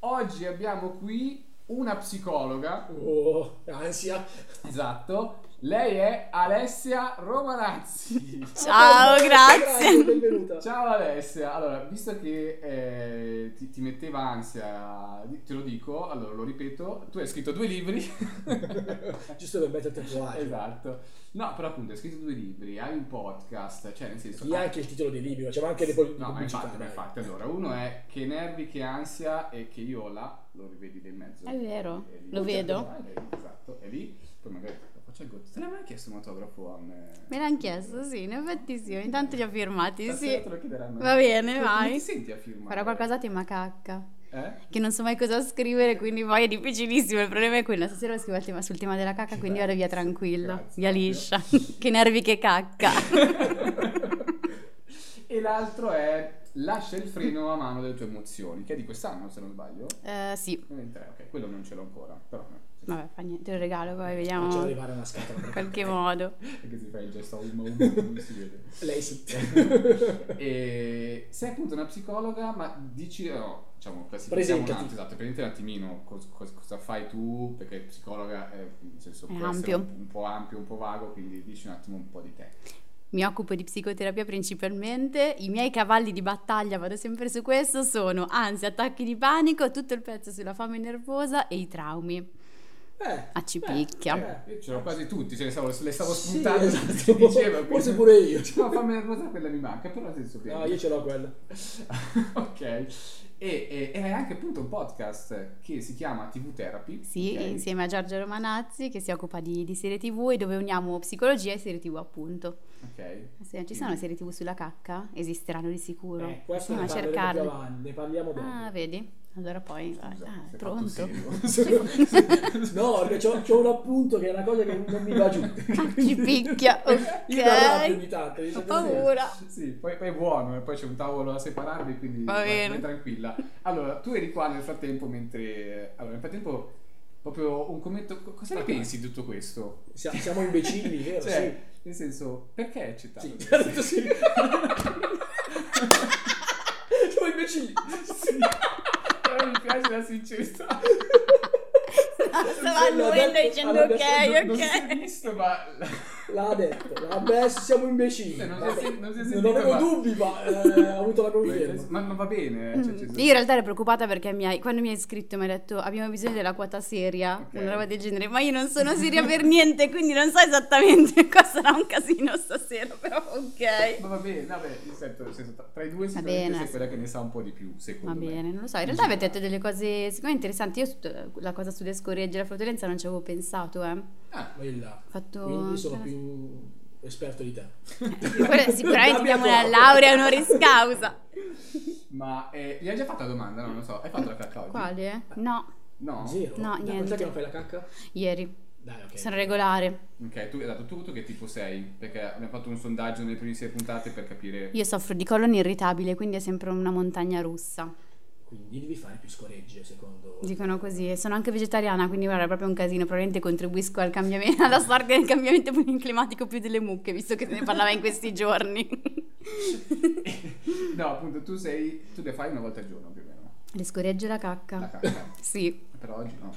Oggi abbiamo qui una psicologa. Oh, ansia. Esatto. Lei è Alessia Romanazzi. Ciao, Grazie, grazie. benvenuta. Ciao Alessia, allora visto che eh, ti, ti metteva ansia, di- te lo dico, allora lo ripeto, tu hai scritto due libri. Giusto per metterti a tuo agio. esatto. No, però appunto hai scritto due libri, hai un podcast, cioè nel senso... Lì anche il titolo di libro, c'è anche le pol- No, ma pubblicità, infatti, ma dai. infatti, allora uno è che nervi, che ansia e che io ho là, lo rivedi lì in mezzo. È vero, È lì. Cioè, lo vedo. È lì, Esatto, è lì, poi magari lo faccio il gotto. Te l'hai mai chiesto un autografo a me? Me l'hanno chiesto, sì, in effetti sì. Intanto li ho firmati, Stasera sì. te lo chiederanno. Va bene, Come vai. Ti senti a firmare? Farò qualcosa a tema cacca. Eh? Che non so mai cosa scrivere, quindi poi è difficilissimo. Il problema è quello. Stasera scrivo il tema- sul tema della cacca, quindi vado via tranquilla, Grazie, via ovvio. liscia. che nervi che cacca. e l'altro è Lascia il freno a mano delle tue emozioni, che è di quest'anno, se non sbaglio. Eh, sì, 23, ok, quello non ce l'ho ancora, però eh, vabbè, fa niente, te lo regalo, poi Facciamo Ah, vediamo in arrivare una scatola. per- qualche modo. perché si fa il gesto a uno a uno, non si vede. Lei si... E sei appunto una psicologa, ma dici, no, diciamo, classifichiamo un Presentati. attimo, esatto, presentati un attimino cos- cos- cosa fai tu, perché psicologa è, nel senso, È può essere ampio. un po' ampio, un po' vago, quindi dici un attimo un po' di te. Mi occupo di psicoterapia principalmente, i miei cavalli di battaglia, vado sempre su questo, sono ansia, attacchi di panico, tutto il pezzo sulla fame nervosa e i traumi. Eh, Ah, ci beh, picchia. eh. Io ce l'ho quasi tutti, ce ne stavo, le stavo Sì, spuntando, esatto. si diceva, quindi- Forse pure io. No, fammi nervosa, quella mi manca, però nel senso che... No, io ce l'ho quella. ok. E, e, e hai anche appunto un podcast che si chiama TV Therapy. Sì, ok? insieme a Giorgio Romanazzi che si occupa di, di serie tv e dove uniamo psicologia e serie tv appunto. Ok. Se ci sono serie tv sulla cacca? Esisteranno di sicuro. Mm. Eh, questo ne Andiamo a parleremo più cercarle. avanti, ne parliamo dopo. Ah, vedi? Allora poi... ah, Scusa, ah, sei pronto? fatto No, perché c'ho, c'ho un appunto che è una cosa che non mi va giù. Ah, ci picchia, Io mi arrabbio ogni ok. tanto. dice Ho così. paura. Sì, poi, poi è buono, e poi c'è un tavolo a separarvi, quindi Va vai- bene. vai tranquilla. Allora, tu eri qua nel frattempo mentre... Allora, nel frattempo, proprio un commento... co- Cosa ne pensi di tutto questo? Sia- Siamo imbecilli, vero? Cioè, nel senso, perché è eccitato? Sì, sì. questo? certo, sì. Siamo imbecilli. Sì. Però mi piace la sincerità. Stava annuendo dicendo Allora, ok, Non si è ok. visto, ma... L'ha detto, l'ha ammesso, siamo imbecilli. Eh, non si è sen- non si è Non sentito, avevo ma- dubbi, ma eh, ha avuto la conferma. Ma, ma va bene. cioè, ci sono- Io in realtà ero preoccupata perché mi hai- quando mi hai scritto mi hai detto abbiamo bisogno della quota seria, Ok. una roba del genere, ma io non sono seria per niente, quindi non so esattamente cosa sarà un casino stasera, però ok. Ma va bene, vabbè, nel senso, nel senso, tra- tra i due bene. sicuramente sei quella che ne sa un po' di più, Va secondo me. bene, non lo so, in realtà avete detto delle cose secondo me interessanti, io su- la cosa sulle scorregge e la flatulenza non ci avevo pensato, eh. Ho Ah, Quella. Fatto... Quindi sono più esperto di te. Quella Sicuramente Abbia abbiamo una qua. laurea honoris causa. ma eh, gli hai già fatto la domanda? No, non lo so. Hai fatto la cacca oggi? Quale? No, No? Zero. Da No, niente. quant'è che non fai la cacca? ieri. Dai, ok. Sono regolare. Ok, tu, esatto, tu, tu che tipo sei? Perché abbiamo fatto un sondaggio nelle prime sei puntate per capire... Io soffro di colon irritabile, quindi è sempre una montagna russa. Quindi devi fare più scoregge, secondo... Dicono così. E sono anche vegetariana, quindi guarda, è proprio un casino. Probabilmente contribuisco al cambiamento, alla sorte del cambiamento climatico più delle mucche, visto che se ne parlava in questi giorni. No, appunto, tu sei... Tu le fai una volta al giorno, più o meno. Le scoregge la cacca. La cacca. Sì. Però oggi no.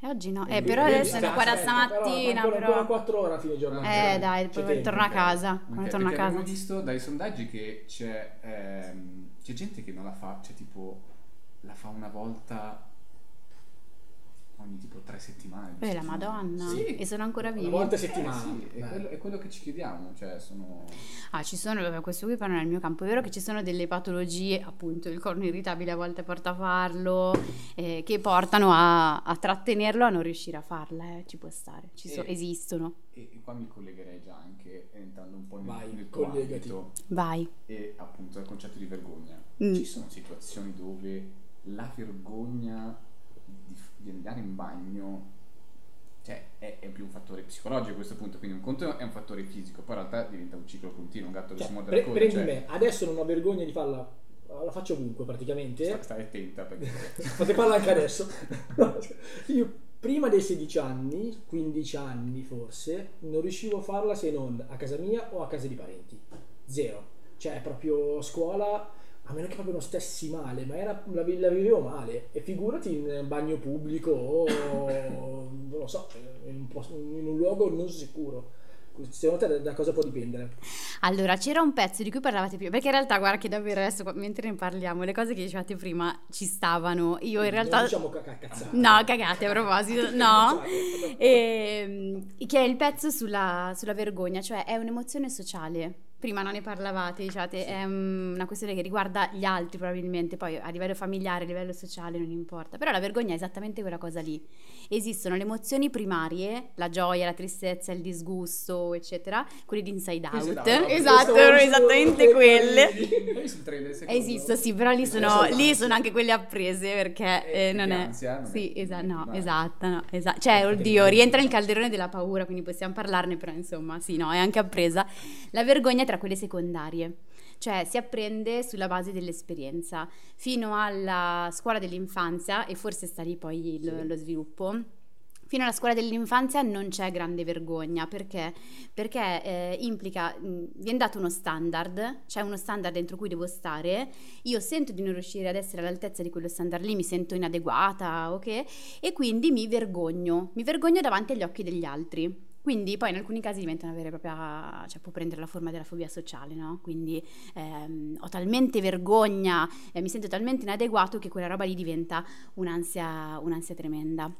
E oggi no. Eh, però adesso sono qua da stamattina, Ancora, ancora però... 4 ore a fine giornata. Eh, dai, C'è poi tempo. torno a casa. Quando Ok, torno a perché casa. abbiamo visto dai sondaggi che c'è, ehm, c'è gente che non la fa, cioè tipo la fa una volta ogni tipo tre settimane. due Eh, la settimane. madonna. Sì. E sono ancora Una vivi. volta a Eh, sì, settimana. è, Dai. quello, è quello che ci chiediamo, cioè sono... Ah, ci sono, vabbè, questo qui però non è il mio campo. È vero che ci sono delle patologie, appunto, il corno irritabile a volte porta a farlo, eh, che portano a, a trattenerlo a non riuscire a farla, eh, ci può stare, ci so- Eh. esistono. E, e qua mi collegherei già anche entrando un po' nel, Vai, nel tuo collegati. ambito Vai. e appunto al concetto di vergogna. Mm. Ci sono situazioni dove la vergogna di, di andare in bagno cioè, è, è più un fattore psicologico a questo punto, quindi un conto è un fattore fisico, poi in realtà diventa un ciclo continuo, un gatto che Cioè, si muove pre- la coda. prendi Cioè, me, adesso non ho vergogna di farla, la faccio cioè, sta- ovunque praticamente. stai attenta perché... Fate parla anche adesso. Io prima dei 16 anni, 15 anni forse, non riuscivo a farla se non a casa mia o a casa di parenti. Zero. Cioè proprio a scuola, a meno che proprio non stessi male, ma era- la, vi- la vivevo male. E figurati in bagno pubblico o non lo so, in un, posto- in un luogo non sicuro. Secondo te da- da cosa può dipendere? Allora, c'era un pezzo di cui parlavate prima, perché in realtà, guarda che davvero adesso, qua- mentre ne parliamo, le cose che dicevate prima ci stavano. Io in realtà... Non diciamo ca- ca- cazzate. No, cagate a proposito, Cioè, no. Ehm, che è il pezzo sulla, sulla vergogna, cioè è un'emozione sociale. Prima non ne parlavate, diciate, è mm, una questione che riguarda gli altri probabilmente, poi a livello familiare, a livello sociale non importa, però la vergogna è esattamente quella cosa lì. Esistono le emozioni primarie, la gioia, la tristezza, il disgusto, eccetera, quelle di Inside Inside Out. Out. Esatto, Questo- erano esattamente quelle. Hai visto il trailer secondo? Esisto, sì, però lì sono, lì sono anche quelle apprese perché Eh, eh, non che è... ansia, non sì, è- esatto, no, vai. esatto, no, esa- Cioè, Perché oddio, non- rientra nel calderone della paura, quindi possiamo parlarne, però insomma, sì, no, è anche appresa. La vergogna è tra quelle secondarie. Cioè, si apprende sulla base dell'esperienza. Fino alla scuola dell'infanzia, e forse sta lì poi il- lo sviluppo, fino alla scuola dell'infanzia non c'è grande vergogna, perché perché eh, implica, mh, viene dato uno standard, c'è uno standard dentro cui devo stare, io sento di non riuscire ad essere all'altezza di quello standard lì, mi sento inadeguata, ok? E quindi mi vergogno, mi vergogno davanti agli occhi degli altri. Quindi poi in alcuni casi diventa una vera e propria, cioè può prendere la forma della fobia sociale, no? Quindi ehm, ho talmente vergogna, eh, mi sento talmente inadeguato che quella roba lì diventa un'ansia, un'ansia tremenda.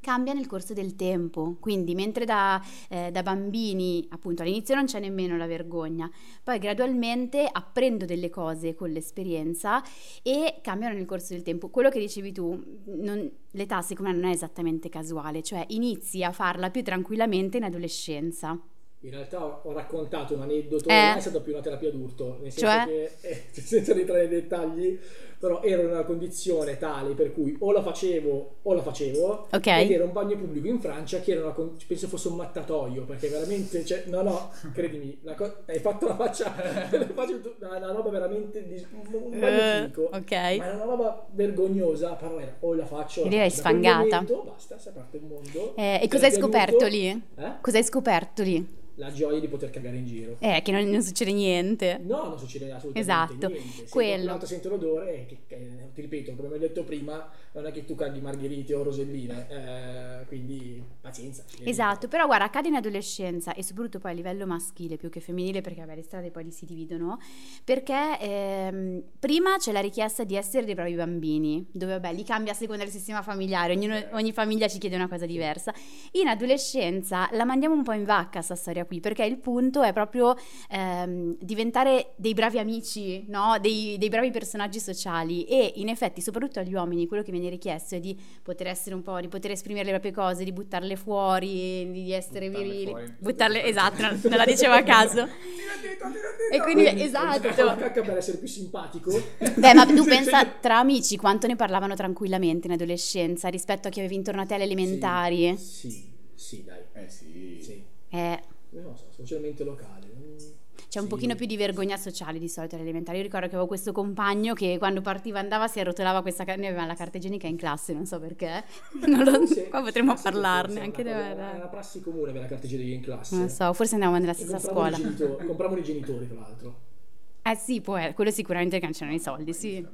Cambia nel corso del tempo, quindi mentre da, eh, da bambini, appunto, all'inizio non c'è nemmeno la vergogna, poi gradualmente apprendo delle cose con l'esperienza e cambiano nel corso del tempo. Quello che dicevi tu, non- l'età secondo me non è esattamente casuale, cioè inizi a farla più tranquillamente in adolescenza. In realtà ho, ho raccontato un aneddoto, Eh. non è stata più una terapia d'urto, nel senso Cioè? che, eh, senza entrare nei dettagli, però ero in una condizione tale per cui o la facevo o la facevo, Ok? ed era un bagno pubblico in Francia che era una, con- penso fosse un mattatoio, perché veramente, cioè, no no, credimi, la co- hai fatto la faccia, la faccia- una, una roba veramente, di, un, un bagno Eh, pubblico, ok. ma era una roba vergognosa, però era o la faccio o la Lì l'hai faccio. Da quel sfangata. momento, basta, si è aperto il mondo. Eh, e Terapia cosa hai scoperto d'urto, lì? eh? Cosa hai scoperto lì? La gioia di poter cagare in giro. Eh, che non, non succede niente. No, non succede assolutamente Esatto, niente. Sento- quello. l'altro sento l'odore, eh, che, che- ti ripeto, come ho detto prima, non è che tu caghi margherite o roselline, eh, quindi pazienza. Esatto, però guarda, accade in adolescenza e soprattutto poi a livello maschile più che femminile, perché vabbè, le strade poi li si dividono, perché ehm, prima c'è la richiesta di essere dei bravi bambini, dove vabbè, li cambia a seconda del sistema familiare, ognuno- ogni famiglia ci chiede una cosa diversa. In adolescenza la mandiamo un po' in vacca sta storia qui, perché il punto è proprio ehm, diventare dei bravi amici, no? dei, dei bravi personaggi sociali e in effetti soprattutto agli uomini quello che viene richiesto è di poter essere un po', di poter esprimere le proprie cose, di buttarle fuori, di, di essere Buttarle virili, fuori. buttarle, esatto, non, non la dicevo a caso. E quindi, La esatto. cacca per essere più simpatico. Beh, ma tu pensa tra amici quanto ne parlavano tranquillamente in adolescenza rispetto a chi avevi intorno a te alle elementari. Sì, sì, Sì, dai. Eh sì. Sì. Eh, Non lo so, socialmente locale. non- c'è un pochino più di vergogna sociale di solito all'elementare. Io ricordo che avevo questo compagno che quando partiva andava si arrotolava questa carta. Noi avevamo la carta igienica in classe, non so perché. Non lo- Forse- qua potremmo forse parlarne è anche una cosa- della- Era una prassi comune avere la carta igienica in classe. Non so, forse andavamo nella E stessa compravano scuola. i genitori- compravano i genitori, tra l'altro. Eh sì, può eh, quello sicuramente che non c'erano i soldi, sì.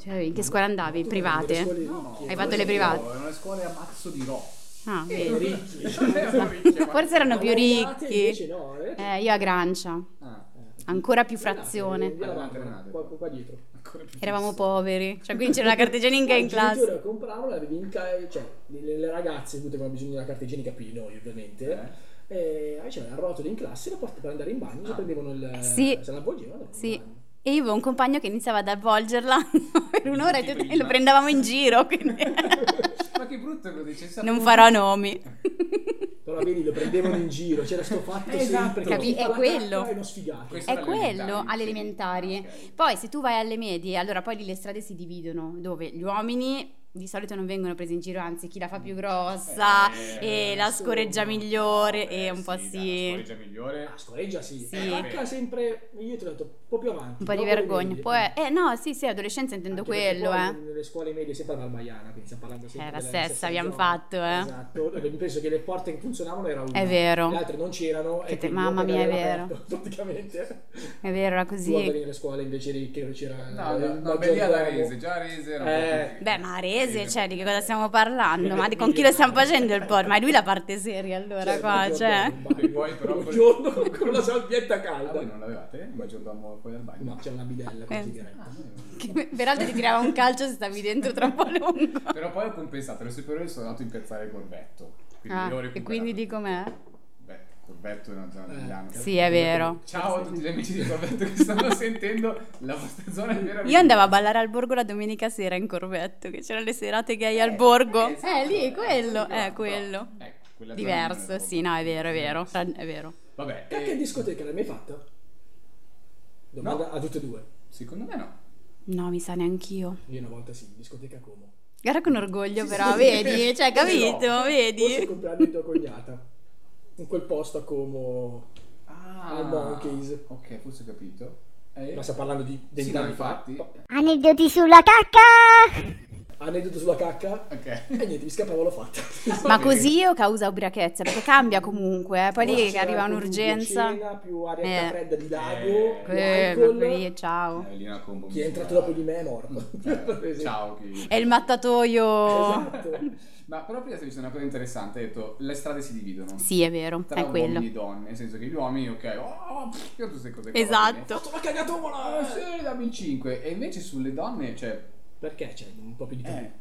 Cioè, in che scuola andavi? Le Private? scuole Hai ricche. fatto le private? È una scuola a mazzo di ro. Ah, Eh, vedi. Ricchi. Forse erano più Allargate, Invece eh. ricchi. no, eh. Eh, io a Grancia, Ah, ancora più frazione. Via la Guardate, mamma, guardate. Qua, qua dietro. ancora più Eravamo poveri. Cioè, quindi c'era la carta igienica in Il genitore classe. a comprarlo, l'avevi in ca- cioè le, le- le ragazze tutte avevano bisogno della carta igienica più di noi ovviamente. E eh, c'era il rotolo in classe, lo porti per andare in bagno, se prendevano il Sì. se la avvolgevano. Sì. andavano in bagno. E io avevo un compagno che iniziava ad avvolgerla per un'ora e Tutti tutti- e lo prima. prendevamo in giro. quindi- Ma che brutto che lo dice. Non farò nomi. Però vedi, lo prendevano in giro, c'era sto fatto sempre che Esatto, Capi- chi fa è la quello. cacca È uno sfigato. Questo È alle quello elementari, alle sì. elementari. Ok. Poi se tu vai alle medie, allora poi lì le strade si dividono, dove gli uomini di solito non vengono presi in giro, anzi chi la fa più grossa Eh, e la insomma, scoreggia migliore vabbè, e un po' dai, la sì. scoreggia migliore. Ah, scoreggia sì. Sì. Eh, cacca sempre, io ti ho detto, un po' più avanti. Un po' di dopo le vergogna. medie. Poi, eh no, sì, sì, adolescenza intendo Anche perché quello, poi eh. Nelle scuole medie sempre alla Maiana, quindi stiamo parlando sempre Eh, la della stessa stessa abbiamo zona. fatto, eh. Esatto, perché penso che le porte che funzionavano era una. È vero. Le altre non c'erano. Che e te- quindi mamma mia, è era vero. aperto, praticamente. È vero, era Tu andavi così. nelle scuole invece di- che c'era No, il no, no, maggiordomo. beh, lì alla Rese, già Rese Eh. era Beh, ma Arese, cioè, di che cosa stiamo parlando? Ma di con chi lo stiamo facendo il porno? Ma è lui la parte seria allora C'era qua, il cioè. maggiordomo, E poi però- un giorno con- con la salvietta Ah, voi calda. non l'avevate? Il maggiordomo poi al bagno? No, c'era una bidella così Eh. diretta. Che peraltro ti tirava un calcio se stavi dentro troppo a lungo. Però poi ho compensato, le superiori sono andato a impiazzare il Corvetto. Quindi Ah, io ho e recuperato. quindi di com'è? Beh, Corvetto è una zona di Milano. Sì, è vero. Eh, Ciao a tutti gli amici di Corvetto che stanno sentendo, la vostra zona è vera. Io andavo a ballare al borgo la domenica sera in corvetto, che c'erano le serate gay al borgo. Eh, lì, quello, eh, quello. Ecco, quella zona non Diverso, era sì, no, è vero, è vero, Ra- è vero. Vabbè, Ah. eh, Cacca in discoteca l'hai mai fatta? Domanda a tutte e due. secondo me no. No, mi sa neanch'io. Io una volta sì, in discoteca Como. Guarda con orgoglio però, vedi? Cioè, capito, Forse il vedi? compleanno di tua cognata. In quel posto a Como. Ah, Al Monkeys. Ok, forse ho capito. Eh, Ma sto parlando di sì, no, vent'anni fa. infatti. Ok. Aneddoti sulla cacca! Aneddoto sulla cacca. Eh, E niente, mi scappavo, l'ho fatta. Ma così o causa ubriachezza? Perché cambia comunque, eh. poi lì che C'era arriva più un'urgenza. Cena, più aria Eh. fredda di lago. Eh. più Quello, alcol. lì, ciao. Eh, lì è una combo Chi è entrato dopo misurata. di me è morto. Per Eh, esempio. ciao chi... È il mattatoio. Esatto. Ma però prima hai visto una cosa interessante, hai detto le strade si dividono. Sì, è vero, Tra è quello. uomini e donne, nel senso che gli uomini, ok, oh, pff, io tutte queste cose qua, va Esatto. Fatto la cagatola! bene. Eh, sì, dammi il 5. E invece sulle donne, cioè, Perché c'è un po' più di tempo?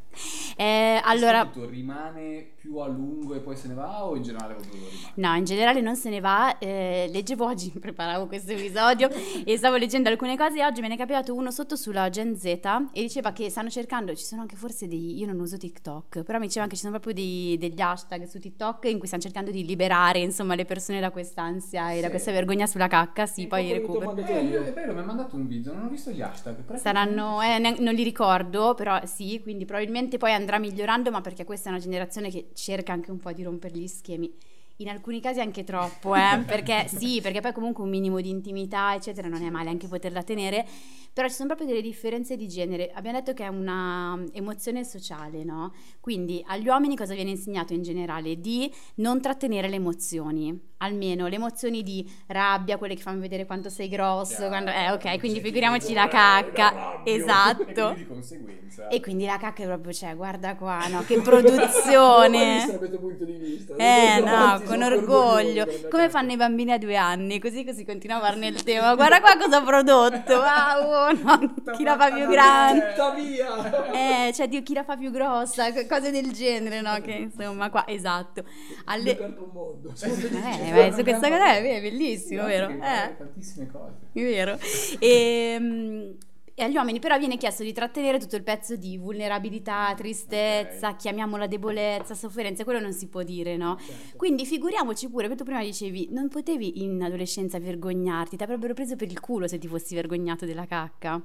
Eh, allora, tutto rimane più a lungo e poi se ne va o in generale proprio rimane? No, in generale non se ne va. eh, leggevo oggi, preparavo questo episodio e stavo leggendo alcune cose e oggi me ne è capitato uno sotto sulla Gen Z e diceva che stanno cercando, ci sono anche forse dei, io non uso TikTok, però mi diceva che ci sono proprio dei- degli hashtag su TikTok in cui stanno cercando di liberare insomma le persone da quest'ansia e da Sì. questa vergogna sulla cacca, sì, poi Quello che ti ho recupero. mandato Eh, io. è vero, mi ha mandato un video, non ho visto gli hashtag. però- Saranno, eh, neanche- non li ricordo, però sì, quindi probabilmente poi andrà migliorando, ma perché questa è una generazione che cerca anche un po' di rompere gli schemi. In alcuni casi anche troppo, eh, perché sì, perché poi comunque un minimo di intimità, eccetera, non è male anche poterla tenere, però ci sono proprio delle differenze di genere. Abbiamo detto che è una mm, emozione sociale, no? Quindi agli uomini cosa viene insegnato in generale? Di non trattenere le emozioni, almeno le emozioni di rabbia, quelle che fanno vedere quanto sei grosso, Chiaro. quando... eh ok, quindi Cioè, figuriamoci chi eh, la vorrebbe cacca, rabbio? E esatto. quindi di conseguenza. E quindi la cacca è proprio, cioè, guarda qua, no, che Non l'ho mai vista da produzione. questo punto di vista. Eh Sono no, avanti, con sono orgoglio. orgoglioso. Come fanno i bambini a due anni, così così continua a farne il tema. Guarda qua cosa ho prodotto, wow, no, chi la fa più grande. Tuttavia, Eh, cioè, Dio, chi la fa più grossa, co- cose del genere, no? Che insomma, qua, esatto. ho Alle... aperto un mondo. Eh, ma su questa cosa è è bellissimo, vero? Che Eh. impara Tantissime cose. È vero. E, mm, e agli uomini però viene chiesto di trattenere tutto il pezzo di vulnerabilità, tristezza, chiamiamola debolezza, sofferenza, quello non si può dire, no? Quindi figuriamoci pure, perché tu prima dicevi, non potevi in adolescenza vergognarti, ti avrebbero preso per il culo se ti fossi vergognato della cacca.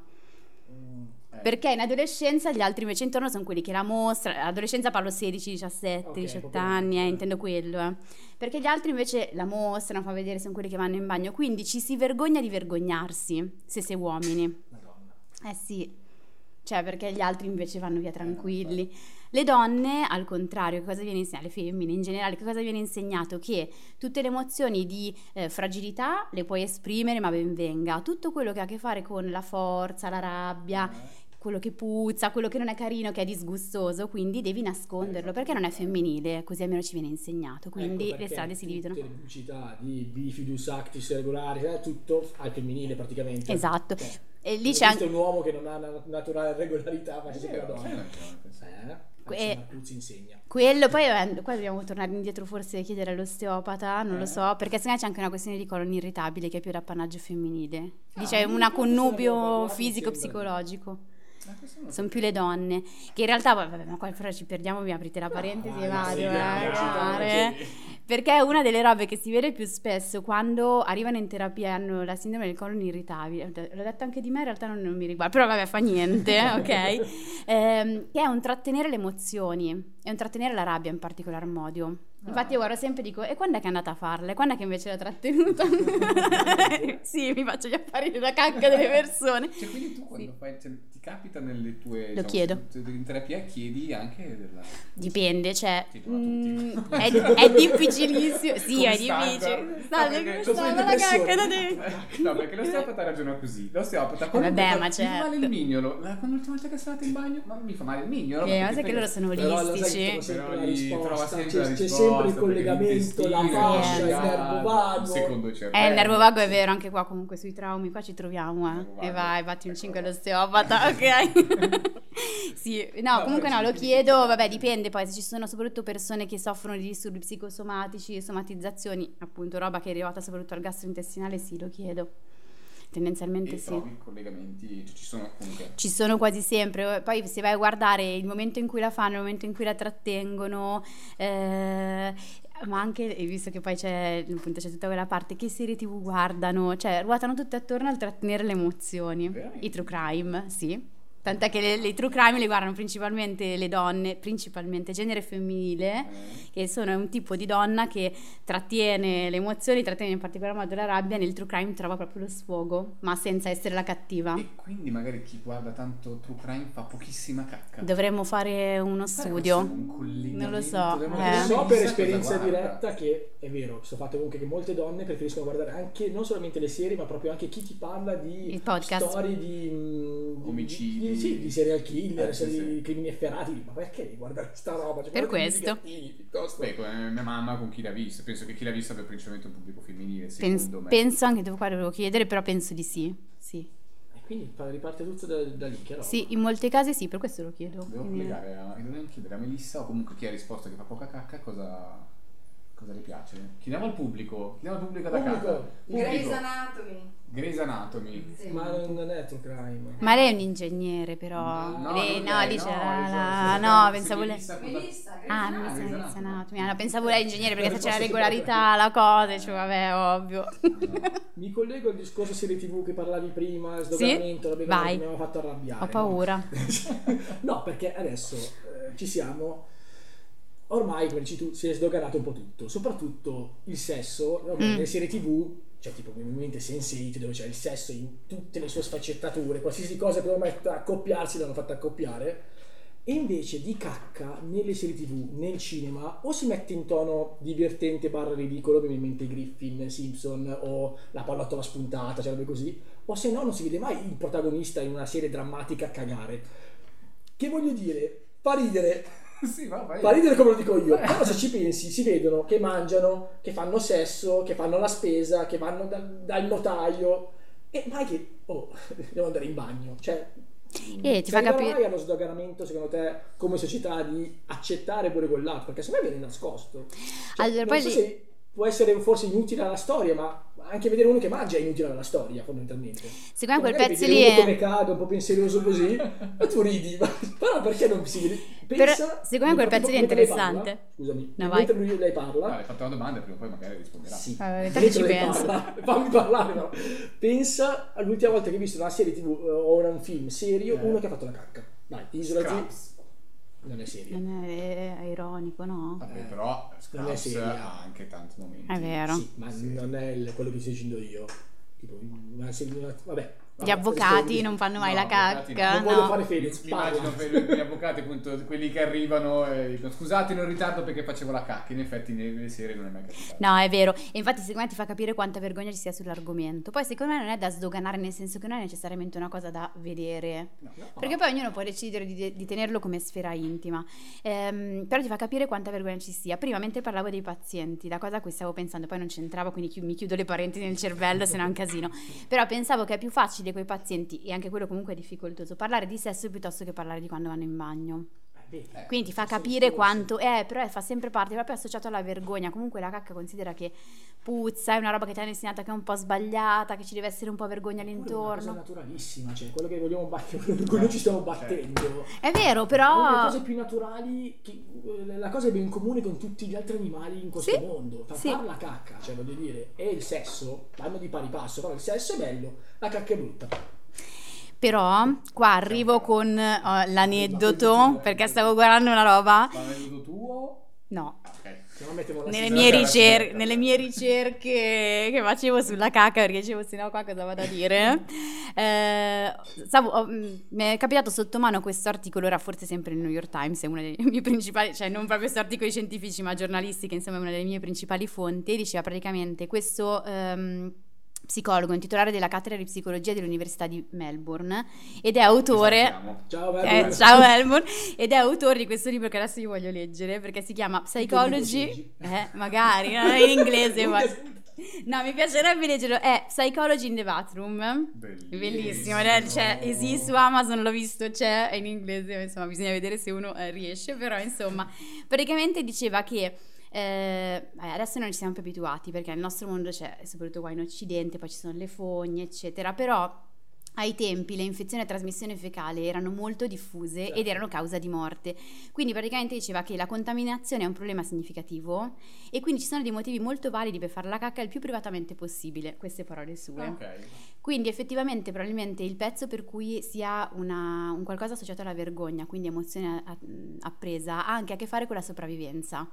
Eh, Perché in adolescenza gli altri invece intorno sono quelli che la mostrano. Adolescenza parlo 16, 17, Ok, 18 proprio- anni, eh, intendo quello. eh. Perché gli altri invece la mostrano, fa vedere, sono quelli che vanno in bagno. Quindi ci si vergogna di vergognarsi se sei uomini. Madonna. Eh sì. Cioè, perché gli altri invece vanno Eh, via tranquilli. Le donne, al contrario, che cosa viene insegnato? Le femmine in generale, che cosa viene insegnato? Che tutte le emozioni di eh, fragilità le puoi esprimere, ma ben venga. Tutto quello che ha a che fare con la forza, la rabbia, Eh. quello che puzza, quello che non è carino, che è disgustoso, quindi devi nasconderlo, perché non è femminile, così almeno ci viene insegnato. Esatto. Quindi Ecco le perché strade si dividono. Tutte le pubblicità di bifidus actis regolari, eh, tutto al femminile praticamente. Esatto. Cioè, E lì Dice c'è anche... un uomo che non ha una naturale regolarità, ma È c'è sempre la vero, c'è donna. ragione. Eh, Eh. anzi, Marcuzzi insegna. Quello, poi eh, qua dobbiamo tornare indietro forse e chiedere all'osteopata, non lo so, perché secondo me c'è anche una questione di colon irritabile che è più d'appannaggio femminile. Dice non un lo so, non lo connubio so, fisico-psicologico. Ma questo non- Sono più le donne, che in realtà, vabbè, ma qua però ci perdiamo, mi aprite la parentesi e Ah, vado, sì, eh, dai, dai, guardare. dai, Perché è una delle robe che si vede più spesso quando arrivano in terapia e hanno la sindrome del colon irritabile. L'ho detto anche di me, in realtà non, non mi riguarda, però vabbè, fa niente, ok? Ehm, che è un trattenere le emozioni, è un trattenere la rabbia in particolar modo. Infatti io guardo sempre e dico, e quando è che è andata a farla? E quando è che invece l'ha trattenuta? sì, mi faccio gli affari della cacca delle persone. Cioè, quindi tu quando fai, cioè, ti capita nelle tue... Lo diciamo, chiedo. se tu- In terapia eh, chiedi anche della... Dipende, cioè, Sì, ma tutti. mm, è, è difficilissimo. Sì, Come è standard. difficile. No, Sta perché- stava la cacca da dentro. Eh, No, perché l'osteopata ragiona così. L'osteopata Eh, vabbè, dico, ma "Mi fa certo." male il mignolo. La- Quando l'ultima volta che sono andata in bagno, ma mi fa male il mignolo. Eh, ma ma sai che loro sono Però lo sai che olistici. trova sempre Però la gli risposta, trova sempre Cioè, c'è, la c'è risposta, sempre il perché collegamento, la l'intestino, fascia, il Eh. nervo il vago. secondo cervello. Eh, il nervo vago è vero, anche qua comunque sui traumi, qua ci troviamo, Nervo eh. E vago. vai, batti un Ecco 5 qua. all'osteopata, ok? sì, no, No, comunque beh, no, sì, lo quindi- chiedo, vabbè, dipende poi se ci sono soprattutto persone che soffrono di disturbi psicosomatici, somatizzazioni, appunto roba che è arrivata soprattutto al gastrointestinale, sì, lo chiedo. Tendenzialmente E sì. trovi collegamenti, cioè, ci sono comunque... Ci sono quasi sempre, eh, poi se vai a guardare il momento in cui la fanno, il momento in cui la trattengono, eh, ma anche, e visto che poi c'è, appunto, c'è tutta quella parte, che serie tv guardano, cioè ruotano tutte attorno al trattenere le emozioni, Veramente? i true crime, sì. Tant'è che le, le true crime le guardano principalmente le donne, principalmente genere femminile, Eh. che sono un tipo di donna che trattiene le emozioni, trattiene in particolar modo la rabbia, nel true crime trova proprio lo sfogo, ma senza essere la cattiva. E quindi magari chi guarda tanto True Crime fa pochissima cacca. Dovremmo fare uno Eh. Sai, studio. questo è un collegamento, Non lo so, devo- eh. Lo Chissà so cosa per esperienza guarda. diretta che è vero, sto fatto comunque che molte donne preferiscono guardare anche non solamente le serie, ma proprio anche chi ti parla di Il podcast. storie di mm, di- Omicidi. di, sì, di serial killer, Eh, sì, serie di sì. crimini efferati. Ma perché devi guardare sta roba? Cioè, guarda Per i questo. cattivi, piuttosto. eh, Beh, come mia mamma con chi l'ha vista, penso che chi l'ha vista abbia principalmente un pubblico femminile, Pens- secondo me. penso anche dove qua dovevo chiedere, però penso di sì. Sì. E quindi fa- riparte tutto da, da lì, che roba. Sì, in molti casi sì, per questo lo chiedo. Devo Quindi- collegare a, dovremmo chiedere a Melissa o comunque chi ha risposto che fa poca cacca cosa, cosa le piace. Chiediamo al pubblico, chiediamo al pubblico da Pubblico. casa. Grey's Pubblico. Anatomy. Grey's Anatomy. Sì. Ma non non è true crime. Ma lei è un ingegnere, però. No, lei, non no, lei, dice. no, la- la- esatto. no, Se pensavo lei. Melissa cosa- Melissa, Grey's Ah, mi Anatomy. Grey's sono Anatomy. Anatomy. No, pensavo lei ingegnere perché Non c'è la posso regolarità, la cosa, e cioè, vabbè, ovvio. Mi collego al discorso serie tv che parlavi prima, sdoganamento, la bevanda Vai. che mi aveva fatto arrabbiare. Ho no? paura. no, perché adesso eh, ci siamo. Ormai, come dici tu, si è sdoganato un po' tutto, soprattutto il sesso. no? Nelle serie TV, cioè tipo ovviamente Sense8, dove c'è il sesso in tutte le sue sfaccettature, qualsiasi cosa che ormai fatta accoppiarsi l'hanno fatta accoppiare. E invece di cacca nelle serie TV, nel cinema, o si mette in tono divertente barra ridicolo, mi viene in mente Griffin, Simpson o la pallottola spuntata, cioè robe così, o se no non si vede mai il protagonista in una serie drammatica cagare. Che voglio dire, fa ridere, sì, va, vai. fa ridere come lo dico io, però se ci pensi si vedono che mangiano, che fanno sesso, che fanno la spesa, che vanno dal- dal notaio e mai che, oh, devo andare in bagno, cioè... Eh, ti fa arriva capire- mai allo sdoganamento secondo te come società di accettare pure quell'altro perché secondo me viene nascosto Cioè, Allora, non poi so lì- se può essere forse inutile alla storia, ma anche vedere uno che mangia è inutile alla storia, fondamentalmente. Secondo me quel Magari pezzo vedi lì uno è... come cade, un po' pensieroso così, e tu ridi, ma però perché non si ride? Però, Pensa, secondo me quel nel pezzo lì è mentre lei parla- interessante. scusami, No, vai. mentre lui lei Ah, parla, hai fatto una domanda prima o poi magari risponderà. sì, Eh, intanto mentre ci lei penso. parla, fammi parlare, però. pensa all'ultima volta che hai visto una serie tv eh, o un film serio, Eh. uno che ha fatto la cacca. Dai, Isola Z Scraps. non è serio. Non è, è ironico, no? Vabbè, Eh, però non è Scraps seria. ha anche tanti momenti. È vero. Ah, Sì, ma non è il- quello che sto dicendo io. Tipo, una serie- una- vabbè. Gli avvocati non fanno mai la cacca, Non voglio no? fare Felix, Mi parla. immagino per gli avvocati, appunto, quelli che arrivano e dicono scusate in ritardo perché facevo la cacca. In effetti nelle serie non è mai capitato. No, è vero. E infatti secondo me ti fa capire quanta vergogna ci sia sull'argomento. Poi secondo me non è da sdoganare, nel senso che non è necessariamente una cosa da vedere. Perché poi ognuno può decidere di, di tenerlo come sfera intima. Ehm, però ti fa capire quanta vergogna ci sia. Prima, mentre parlavo dei pazienti, la cosa a cui stavo pensando, poi non c'entrava, quindi chi- mi chiudo le parentesi nel cervello, se no è un casino. Però pensavo che è più facile con i pazienti, e anche quello comunque è difficoltoso, parlare di sesso piuttosto che parlare di quando vanno in bagno. Quindi Eh, ti fa capire quanto è, però è- fa sempre parte, è proprio associato alla vergogna. Comunque la cacca considera che puzza, è una roba che ti hanno insegnato che è un po' sbagliata, che ci deve essere un po' vergogna Pure Una cosa all'intorno. naturalissima, cioè quello che vogliamo battere, quello che noi ci stiamo Eh, certo. battendo. È vero, Una delle però... cose più naturali, che- eh, la cosa è ben comune con tutti gli altri animali in questo Sì, mondo. Fa sì. far la cacca, cioè voglio dire, e il sesso vanno di pari passo, però il sesso è bello, la cacca è brutta. Però qua arrivo con eh, eh. l'aneddoto, perché stavo guardando una roba. Ma l'aneddoto tuo? No, Ah, ok. Se no mettiamo la nelle sigla- mie, Sì, ricer- aspetta. nelle mie ricerche che facevo sulla cacca, perché dicevo, se no qua cosa vado a dire? Eh, stavo- ho- mh, mi è capitato sotto mano questo articolo, era forse sempre il New York Times, è uno dei miei principali, cioè non proprio questo articolo di scientifici, ma giornalisti, che insomma è una delle mie principali fonti, e diceva praticamente questo... ehm, psicologo, un titolare della cattedra di psicologia dell'Università di Melbourne ed è autore, Salutiamo. Ciao, eh, bello. ciao Elmore ed è autore di questo libro che adesso io voglio leggere perché si chiama Psychology eh, magari non è in inglese ma no mi piacerebbe leggerlo è Psychology in the Bathroom Bellissimo. bellissimo eh, cioè, esiste su Amazon l'ho visto c'è è in inglese insomma bisogna vedere se uno eh, riesce però insomma praticamente diceva che eh, vabbè, adesso non ci siamo più abituati perché nel nostro mondo c'è, soprattutto qua in Occidente, poi ci sono le fogne, eccetera, però ai tempi le infezioni a trasmissione fecale erano molto diffuse ed erano causa di morte. Quindi praticamente diceva che la contaminazione è un problema significativo e quindi ci sono dei motivi molto validi per fare la cacca il più privatamente possibile, queste parole sue. Ah, ok. Quindi effettivamente probabilmente il pezzo per cui si ha una- un qualcosa associato alla vergogna, quindi emozione a- appresa, ha anche a che fare con la sopravvivenza.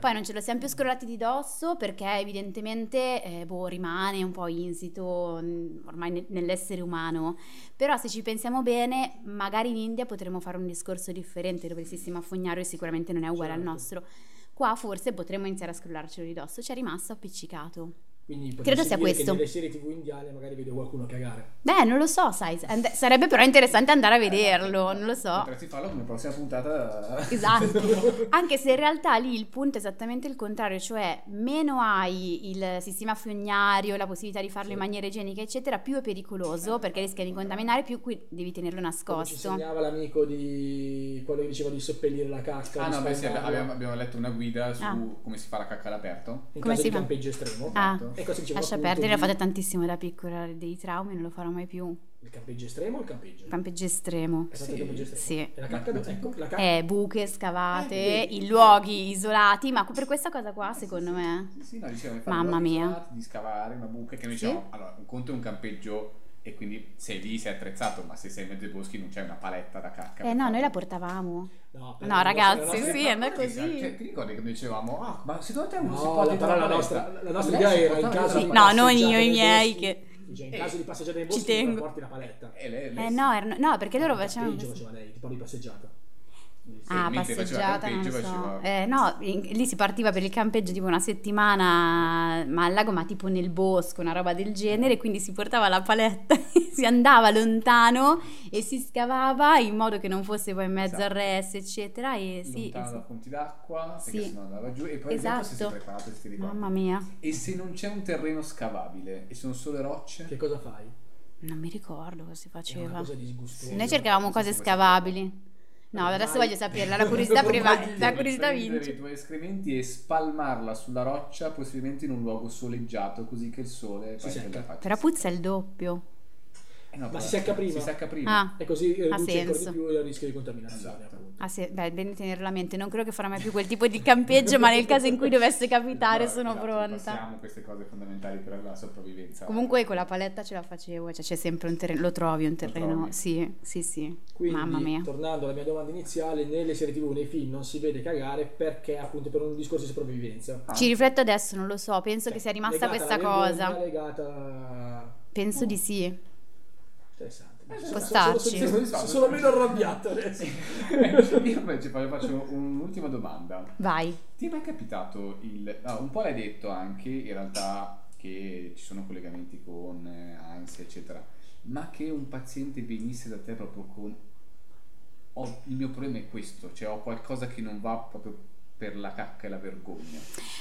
Poi non ce lo siamo più scrollati di dosso perché evidentemente eh, boh, rimane un po' insito mh, ormai ne- nell'essere umano, però se ci pensiamo bene magari in India potremmo fare un discorso differente dove il sistema fognario sicuramente non è uguale al Certo. nostro. Qua forse potremmo iniziare a scrollarcelo di dosso, c'è rimasto appiccicato. Quindi potresti Credo sia dire questo. Che nelle serie tv indiane magari vedo qualcuno cagare. Beh, non lo so, sai, and- sarebbe però interessante andare a vederlo, non lo so. Potresti farlo come prossima puntata. Esatto, anche se in realtà lì il punto è esattamente il contrario, cioè meno hai il sistema fognario, la possibilità di farlo in maniera igienica, eccetera, più è pericoloso perché rischia di contaminare, più qui devi tenerlo Come ci nascosto. segnava l'amico di quello che diceva di seppellire la cacca. Ah di no, beh sì, spalmarla abbiamo, abbiamo letto una guida su Ah. come si fa la cacca all'aperto. in come caso si di fa? campeggio estremo. Ah, E cosa diceva lascia appunto perdere, l'ho di- fatto tantissimo da piccola, dei traumi, non lo farò mai più. Il campeggio estremo o il campeggio? Campeggio estremo. È stato il campeggio estremo. Sì. E la cacca dove? Ecco, la cacca. Eh, buche scavate, Eh, i luoghi isolati, ma per questa cosa qua, secondo me... Sì, Sì, no, diceva di fare Ah. Mamma dei mia. isolati, di scavare una buca che noi Sì. diciamo, allora, un conto è un campeggio e quindi sei lì, sei attrezzato, ma se sei in mezzo ai boschi non c'è una paletta da cacca. Eh no, noi la portavamo. No, No, ragazzi, la nostra- sì, è andato Cioè, così. Eh, ti ricordi che noi dicevamo, ah, ma secondo te uno si No, può la, dietro parola paletta?" nostra, la nostra Lei idea si era portava in caso la di No, paletta. noi, passeggiare io, i nei miei boschi- che- cioè, in caso di passeggiare nei Ci boschi non tengo. porti la paletta. Eh, lei- lei Eh si- no, erano- no, perché loro Campeggio facevano... faceva lei, tipo di passeggiata. Ah, mentre faceva passeggiata, non lo campeggio, so. faceva- Eh, no, in- lì si partiva per il campeggio tipo una settimana, ma al lago, ma tipo nel bosco, una roba del genere, quindi si portava la paletta, si andava lontano e si scavava in modo che non fosse poi in mezzo al Esatto. res, eccetera, e sì, lontano da fonti d'acqua, perché Sì. sennò andava giù e poi Esatto. esatto. se sei preparato se ti sì. ricordi. Mamma mia, E se non c'è un terreno scavabile e sono solo rocce? Che cosa fai? non mi ricordo cosa si È una faceva. cosa disgustosa. Noi cercavamo non so cose se questo- scavabili. No, Eh, adesso voglio saperla, la curiosità privata, la curiosità Prendere vince. i tuoi escrementi e spalmarla sulla roccia, possibilmente in un luogo soleggiato, così che il sole Si secca. la faccia. Però puzza il doppio. Eh no, Ma però si secca prima. Si secca prima. Ah, E così riduce Ha ancora senso. di più il rischio di contaminazione. Esatto. appunto. ah sì, beh, è bene tenerlo a mente. Non credo che farà mai più quel tipo di campeggio, ma nel caso in cui dovesse capitare Esatto, sono esatto, pronta. Passiamo queste cose fondamentali per la sopravvivenza. Comunque con la paletta ce la facevo, cioè c'è sempre un terreno, lo trovi un terreno, trovi. sì, sì, sì, Quindi, mamma mia. tornando alla mia domanda iniziale, nelle serie TV, nei film non si vede cagare perché appunto per un discorso di sopravvivenza. Ci rifletto adesso, non lo so, Cioè, penso che sia rimasta Legata questa alla vergogna, cosa. Legata... Penso di sì. Interessante. Può Sono- sono- starci. sono- sono- Sono sono meno arrabbiato adesso. Io invece poi faccio un'ultima domanda. Vai. Ti è mai capitato il... ah, un po' l'hai detto anche, in realtà, che ci sono collegamenti con eh, ansia, eccetera, ma che un paziente venisse da te proprio con... "Ho- il mio problema è questo, cioè ho qualcosa che non va proprio per la cacca e la vergogna.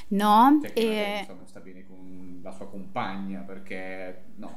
No, eh, Cioè che magari, e... insomma, non sta bene con la sua compagna perché... No.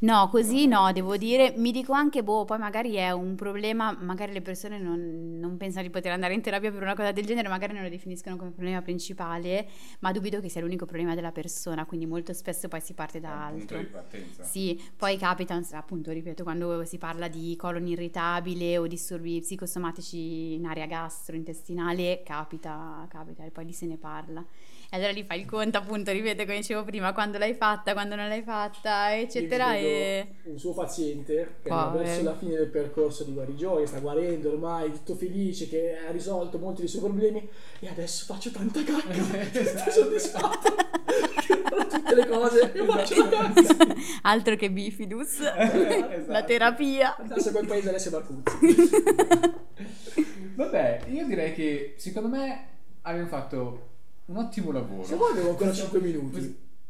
No, così no, devo dire, mi dico anche, boh, poi magari è un problema, magari le persone non, non pensano di poter andare in terapia per una cosa del genere, magari non lo definiscono come problema principale, ma dubito che sia l'unico problema della persona, quindi molto spesso poi si parte è da un punto altro. di partenza. Sì, poi capita, non so, appunto, ripeto, quando si parla di colon irritabile o disturbi psicosomatici in area gastrointestinale, capita, capita, e poi lì se ne parla. E allora lì fai il conto, appunto, ripeto, come dicevo prima, quando l'hai fatta, quando non l'hai fatta, eccetera, Io e... vedo Un suo paziente che ha Povero. verso la fine del percorso di guarigione, sta guarendo ormai, tutto felice, che ha risolto molti dei suoi problemi e adesso faccio tanta cacca, sono soddisfatto. Che farò tutte le cose e faccio la cacca. Altro che bifidus, la esatto. terapia. Adesso quel paese adesso è Marcuzzi. Vabbè, io direi che secondo me abbiamo fatto un ottimo lavoro. Se vuoi abbiamo ancora 5 minuti.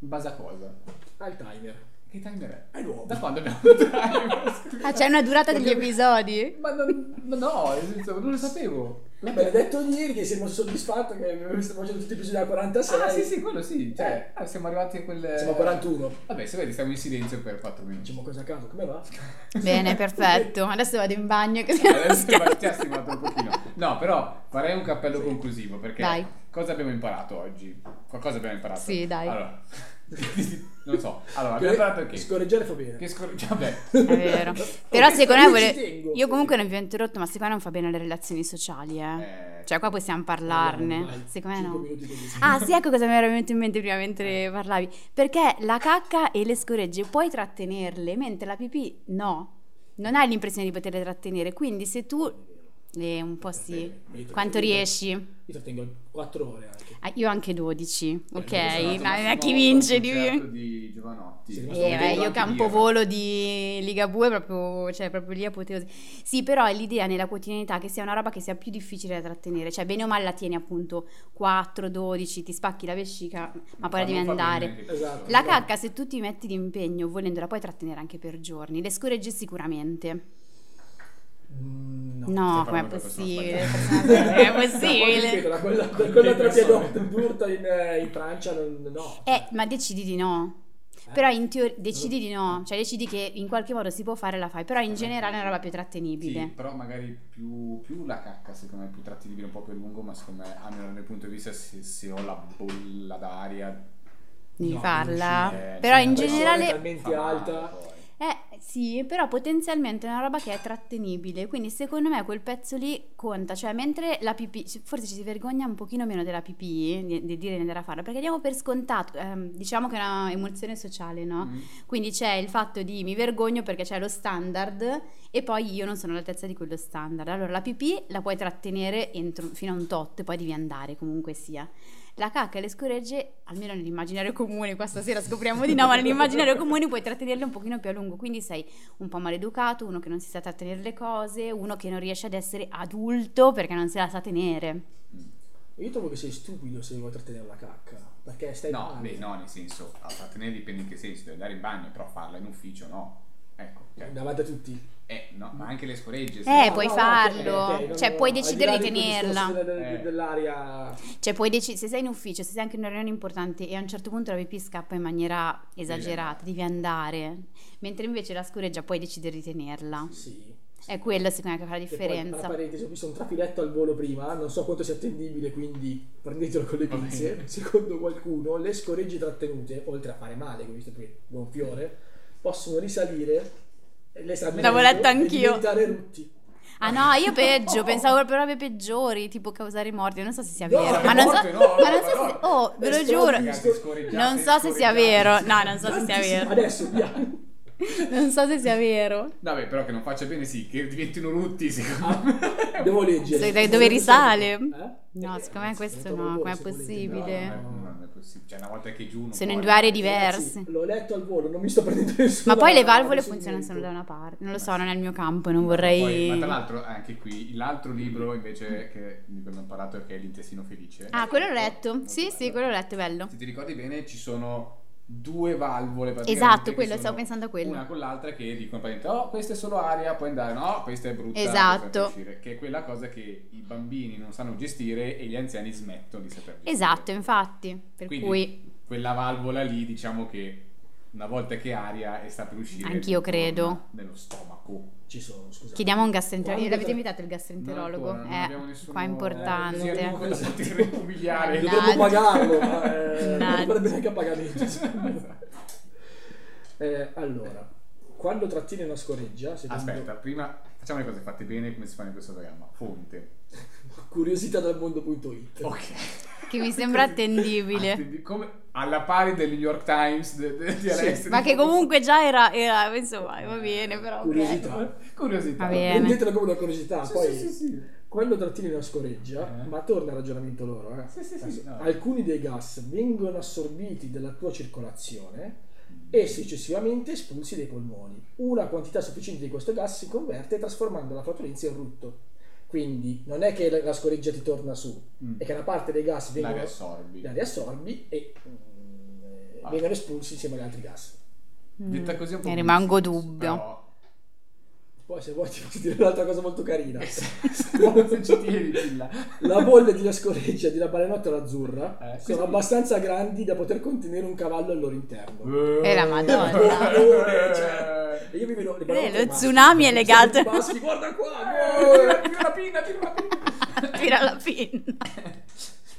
In base a cosa? Al timer. Che timer è? È nuovo. Da quando abbiamo il timer? Scusa. Ah, c'è una durata degli episodi? Ma non- ma no, nel senso, non lo sapevo. Me l'ha detto ieri che sei molto soddisfatto che stiamo facendo tutti i episodi da 46. Ah, sì, sì, quello sì. Cioè, ah, siamo arrivati a quel. Siamo a 41. Vabbè, se vedi, stiamo in silenzio per 4 minuti. Diciamo cosa a caso, come va? Bene, perfetto. Adesso vado in bagno così non Adesso scherzo. ci ha stimato un pochino. No, però farei un cappello conclusivo perché Dai. cosa abbiamo imparato oggi? Qualcosa abbiamo imparato. Sì, dai. Allora, non so. Allora, abbiamo imparato che. Scorreggiare fa bene. Che scor- cioè, vabbè. È vero. Però secondo Io me ci vole- tengo. io comunque non vi ho interrotto, ma secondo me non fa bene alle relazioni sociali, eh. Eh, Cioè qua possiamo parlarne. Secondo Cinque me no. minuti così. Ah, sì, ecco cosa mi era venuto in mente prima mentre parlavi. Perché la cacca e le scoregge puoi trattenerle, mentre la pipì no. Non hai l'impressione di poterle trattenere, quindi se tu eh, un po' sì, quanto riesci? Io trattengo 4 ore anche. Ah, Io anche 12, ok? sono andato Ma al chi Massimo vince al di concerto di Giovanotti. Sì, Sono ma Eh, venuto beh, io anche campovolo di Ligabue proprio, cioè, proprio lì apoteosi. Sì, però è l'idea nella quotidianità che sia una roba che sia più difficile da trattenere, cioè bene o male la tieni appunto 4, 12, ti spacchi la vescica, ma poi non la devi fa bene andare. neanche questo. Esatto. La cacca, se tu ti metti d'impegno, volendola puoi trattenere anche per giorni, le scoreggi sicuramente. Mm, No. No, stai come è parlando per possibile? persone È Poi ripeto, possibile. da quella, da Di quella trappia persone. d'Ort- d'Urta in, eh, in Francia non, no. Cioè, eh. Eh, ma decidi di no. Però in teoria decidi di Eh. no, cioè decidi che in qualche modo si può fare la fai, però in generale è una roba più trattenibile. Sì, però magari più, più la cacca, secondo me, è più trattenibile un po' più a lungo, ma secondo me, almeno dal mio punto di vista, se, se ho la bolla d'aria... di No, farla. non ci- però eh, in cioè, la pressione generale. talmente- Mente fa male, alta. poi. Eh sì, però potenzialmente è una roba che è trattenibile. Quindi secondo me quel pezzo lì conta. Cioè, mentre la pipì. Forse ci si vergogna un pochino meno della pipì di, di dire di andare a farla. Perché diamo per scontato. ehm, diciamo che è una emozione sociale, no? Mm. Quindi c'è il fatto di mi vergogno perché c'è lo standard e poi io non sono all'altezza di quello standard. Allora la pipì la puoi trattenere entro- fino a un tot e poi devi andare comunque sia. La cacca e le scoregge, almeno nell'immaginario comune, qua stasera scopriamo di no, ma nell'immaginario comune puoi trattenerle un pochino più a lungo, quindi sei un po' maleducato, uno che non si sa trattenere le cose, uno che non riesce ad essere adulto perché non se la sa tenere. Io trovo che sei stupido se vuoi trattenere la cacca. Perché stai No, male. beh, no, nel senso, a trattenere dipende in che senso, devi andare in bagno, però farla in ufficio no. Ecco, cioè, Davanti a tutti. eh, no, ma anche le scoregge. Eh, se- puoi no, farlo. ok, ok, no, Cioè, no, puoi al di là decidere di quel discorso tenerla. del- del- Eh. Dell'aria Cioè puoi decidere, se sei in ufficio, se sei anche in una riunione importante e a un certo punto la pipì scappa in maniera esagerata, devi andare, mentre invece la scureggia puoi decidere di tenerla. Sì. È quello secondo me che fa la Che poi, differenza. tra parentesi, ho visto un trafiletto al volo prima, non so quanto sia attendibile, quindi prendetelo con le Va pinze. bene. Secondo qualcuno, le scorregge trattenute, oltre a fare male, che ho visto qui, buon fiore, possono risalire e le sta L'avevo letto anch'io. diventare rutti. Ah no, io peggio, pensavo proprio peggiori, tipo causare morti, non so se sia No, vero, le ma non so, morte no, ma non no, so no. se, oh, ve lo Eh, giuro, scorreggiate, non so se sia vero, no, non so se sia Tantissimo. vero, Adesso, via. non so se sia vero, Vabbè, però che non faccia bene, sì, che diventino rutti, secondo me. Ah, Devo leggere. Sai dai dove risale? Eh? No, secondo me Eh, questo sono no, dopo, com'è se volete. possibile? No, no, No, no, no. non è possibile. Cioè, una volta che è giù. non sono può in due andare. aree diverse. L'ho letto al volo, non mi sto prendendo nessuno. Ma poi le valvole funzionano solo da una parte, non lo so, non è il mio campo, non Poi, ma tra vorrei... Mm. l'altro, anche qui, l'altro libro invece che di cui abbiamo parlato, che è L'intestino felice. Ah, quello l'ho letto, Molto sì, sì, bello. quello l'ho letto, è bello. Se ti ricordi bene, ci sono due valvole praticamente Esatto, che quello, sono stavo pensando a quello. Una con l'altra che dicono praticamente, oh, questa è solo aria, puoi andare, no, questa è brutta. Esatto. questa puoi uscire", Che è quella cosa che i bambini non sanno gestire e gli anziani smettono di saper gestire. Esatto, infatti, per Quindi cui quella valvola lì, diciamo che una volta che aria è sta per uscire ritorna Anch'io credo. nello stomaco. Ci sono, scusate. chiediamo a un gastroenterologo, Quando- l'avete invitato il gastroenterologo? Non ancora, non abbiamo Eh, nessuno- qua è Eh, sì, abbiamo importante. Esatto. quello del immobiliare. Mannaggia. Dovevo Eh, pagarlo, ma eh, Mannaggia. non prende neanche a pagamento. Eh, allora, quando trattiene una scorreggia, secondo Aspetta, prima facciamo le cose fatte bene come si fa in questo programma. Fonte. curiosità dal mondo.it, Ok. Che mi sembra attendibile. Attendi- Ah, come- alla pari del New York Times de- de- di Alessio. Ma che comunque già era, era insomma, va bene, però. ok. curiosità. Eh? Curiosità. Va bene. Prendetela come una curiosità, Sì, poi sì, sì, sì. quando trattiene una scoreggia, Eh. ma torna al ragionamento loro, eh. Sì, sì, sì, Adesso, no. alcuni dei gas vengono assorbiti dalla tua circolazione Mm. e successivamente espulsi dai polmoni. Una quantità sufficiente di questo gas si converte trasformando la flatulenza in rutto. Quindi non è che la- la scoreggia ti torna su, Mm. è che una parte dei gas La vengono, riassorbi. la riassorbi e mm, Ah. vengono espulsi insieme agli altri gas. Mm. Detta così è un po' Ne rimango brutta, dubbio. però- Poi se vuoi ti posso dire un'altra cosa molto Eh carina. se ci tieni, dilla. La bolla di una scoreggia di una balenottola azzurra Eh, sono sì. abbastanza grandi da poter contenere un cavallo al loro interno. Eh. E la Madonna. E io mi vedo le Eh, balenottole lo maschi. tsunami è legato. Sono tutti maschi, guarda qua! Tira la Eh, pinna, tira la pinna. Tira la pinna.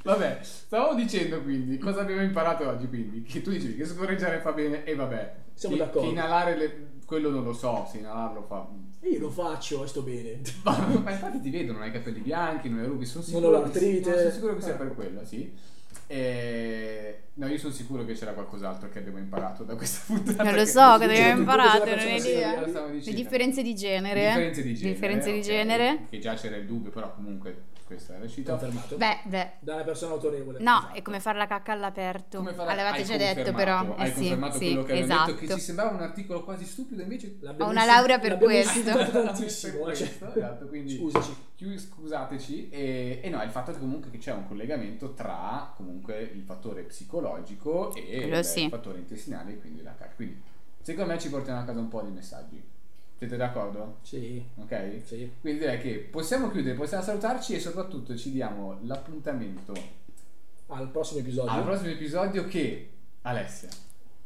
Vabbè, stavamo dicendo quindi cosa abbiamo imparato oggi. Quindi, che tu dicevi che scorreggiare fa bene, e vabbè, Siamo Che- d'accordo. Che inalare le- quello non lo so. Se inalarlo fa. E eh. io lo faccio e sto bene. Ma, ma infatti ti vedo, non hai capelli bianchi, non hai rughi, sono Non ho sicuro. che, l'artrite. no, sono sicuro che sia Ah. per quello, sì. E- No, io sono sicuro che c'era qualcos'altro che abbiamo imparato da questa puntata. Non lo che- so, cosa Cioè, abbiamo tu imparato, cosa non facciamo ho sempre? idea. Cosa eh, stavo Le dicendo? differenze di genere. Differenze di genere. Differenze di ok, genere. Che già c'era il dubbio, però comunque questa era uscita. Confermato. Beh, beh. Da una persona autorevole. No, Esatto. è come fare la cacca all'aperto. Come farà- L'avevate hai già detto, confermato, però. Eh Hai sì, confermato sì, quello che avevo esatto. detto, che ci sembrava un articolo quasi stupido, invece L'abbiamo Ho una insul- laurea per l'abbiamo questo. insultato tantissimo, eh, cioè. Esatto, quindi- Scusaci. Chiu- scusateci e, e no il fatto che comunque che c'è un collegamento tra comunque il fattore psicologico e Quello il sì. fattore intestinale quindi la cacca quindi secondo me ci portiamo a casa un po' di messaggi siete d'accordo? Sì, ok? sì. quindi direi che possiamo chiudere possiamo salutarci e soprattutto ci diamo l'appuntamento Al prossimo episodio. al prossimo episodio che Alessia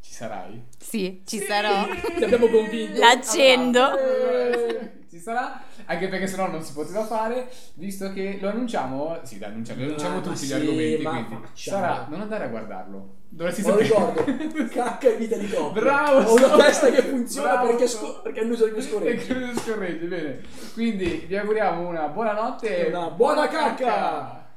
ci sarai? Sì, ci sarò. Ti abbiamo convinto. L'accendo. Eh, Ci sarà, anche perché sennò non si poteva fare, visto che lo annunciamo, sì, lo annunciamo, lo Ma- annunciamo Ah, ma tutti gli sì, argomenti, ma quindi facciamo. sarà, non andare a guardarlo, dovresti Me lo sapere. ricordo. Cacca e vita di coppia. Bravo, Ho una bravo, testa che funziona bravo. perché, sco- perché annuso il mio E scorreggio. chiudo scorreggio, bene. Quindi vi auguriamo una buona notte Una buona cacca!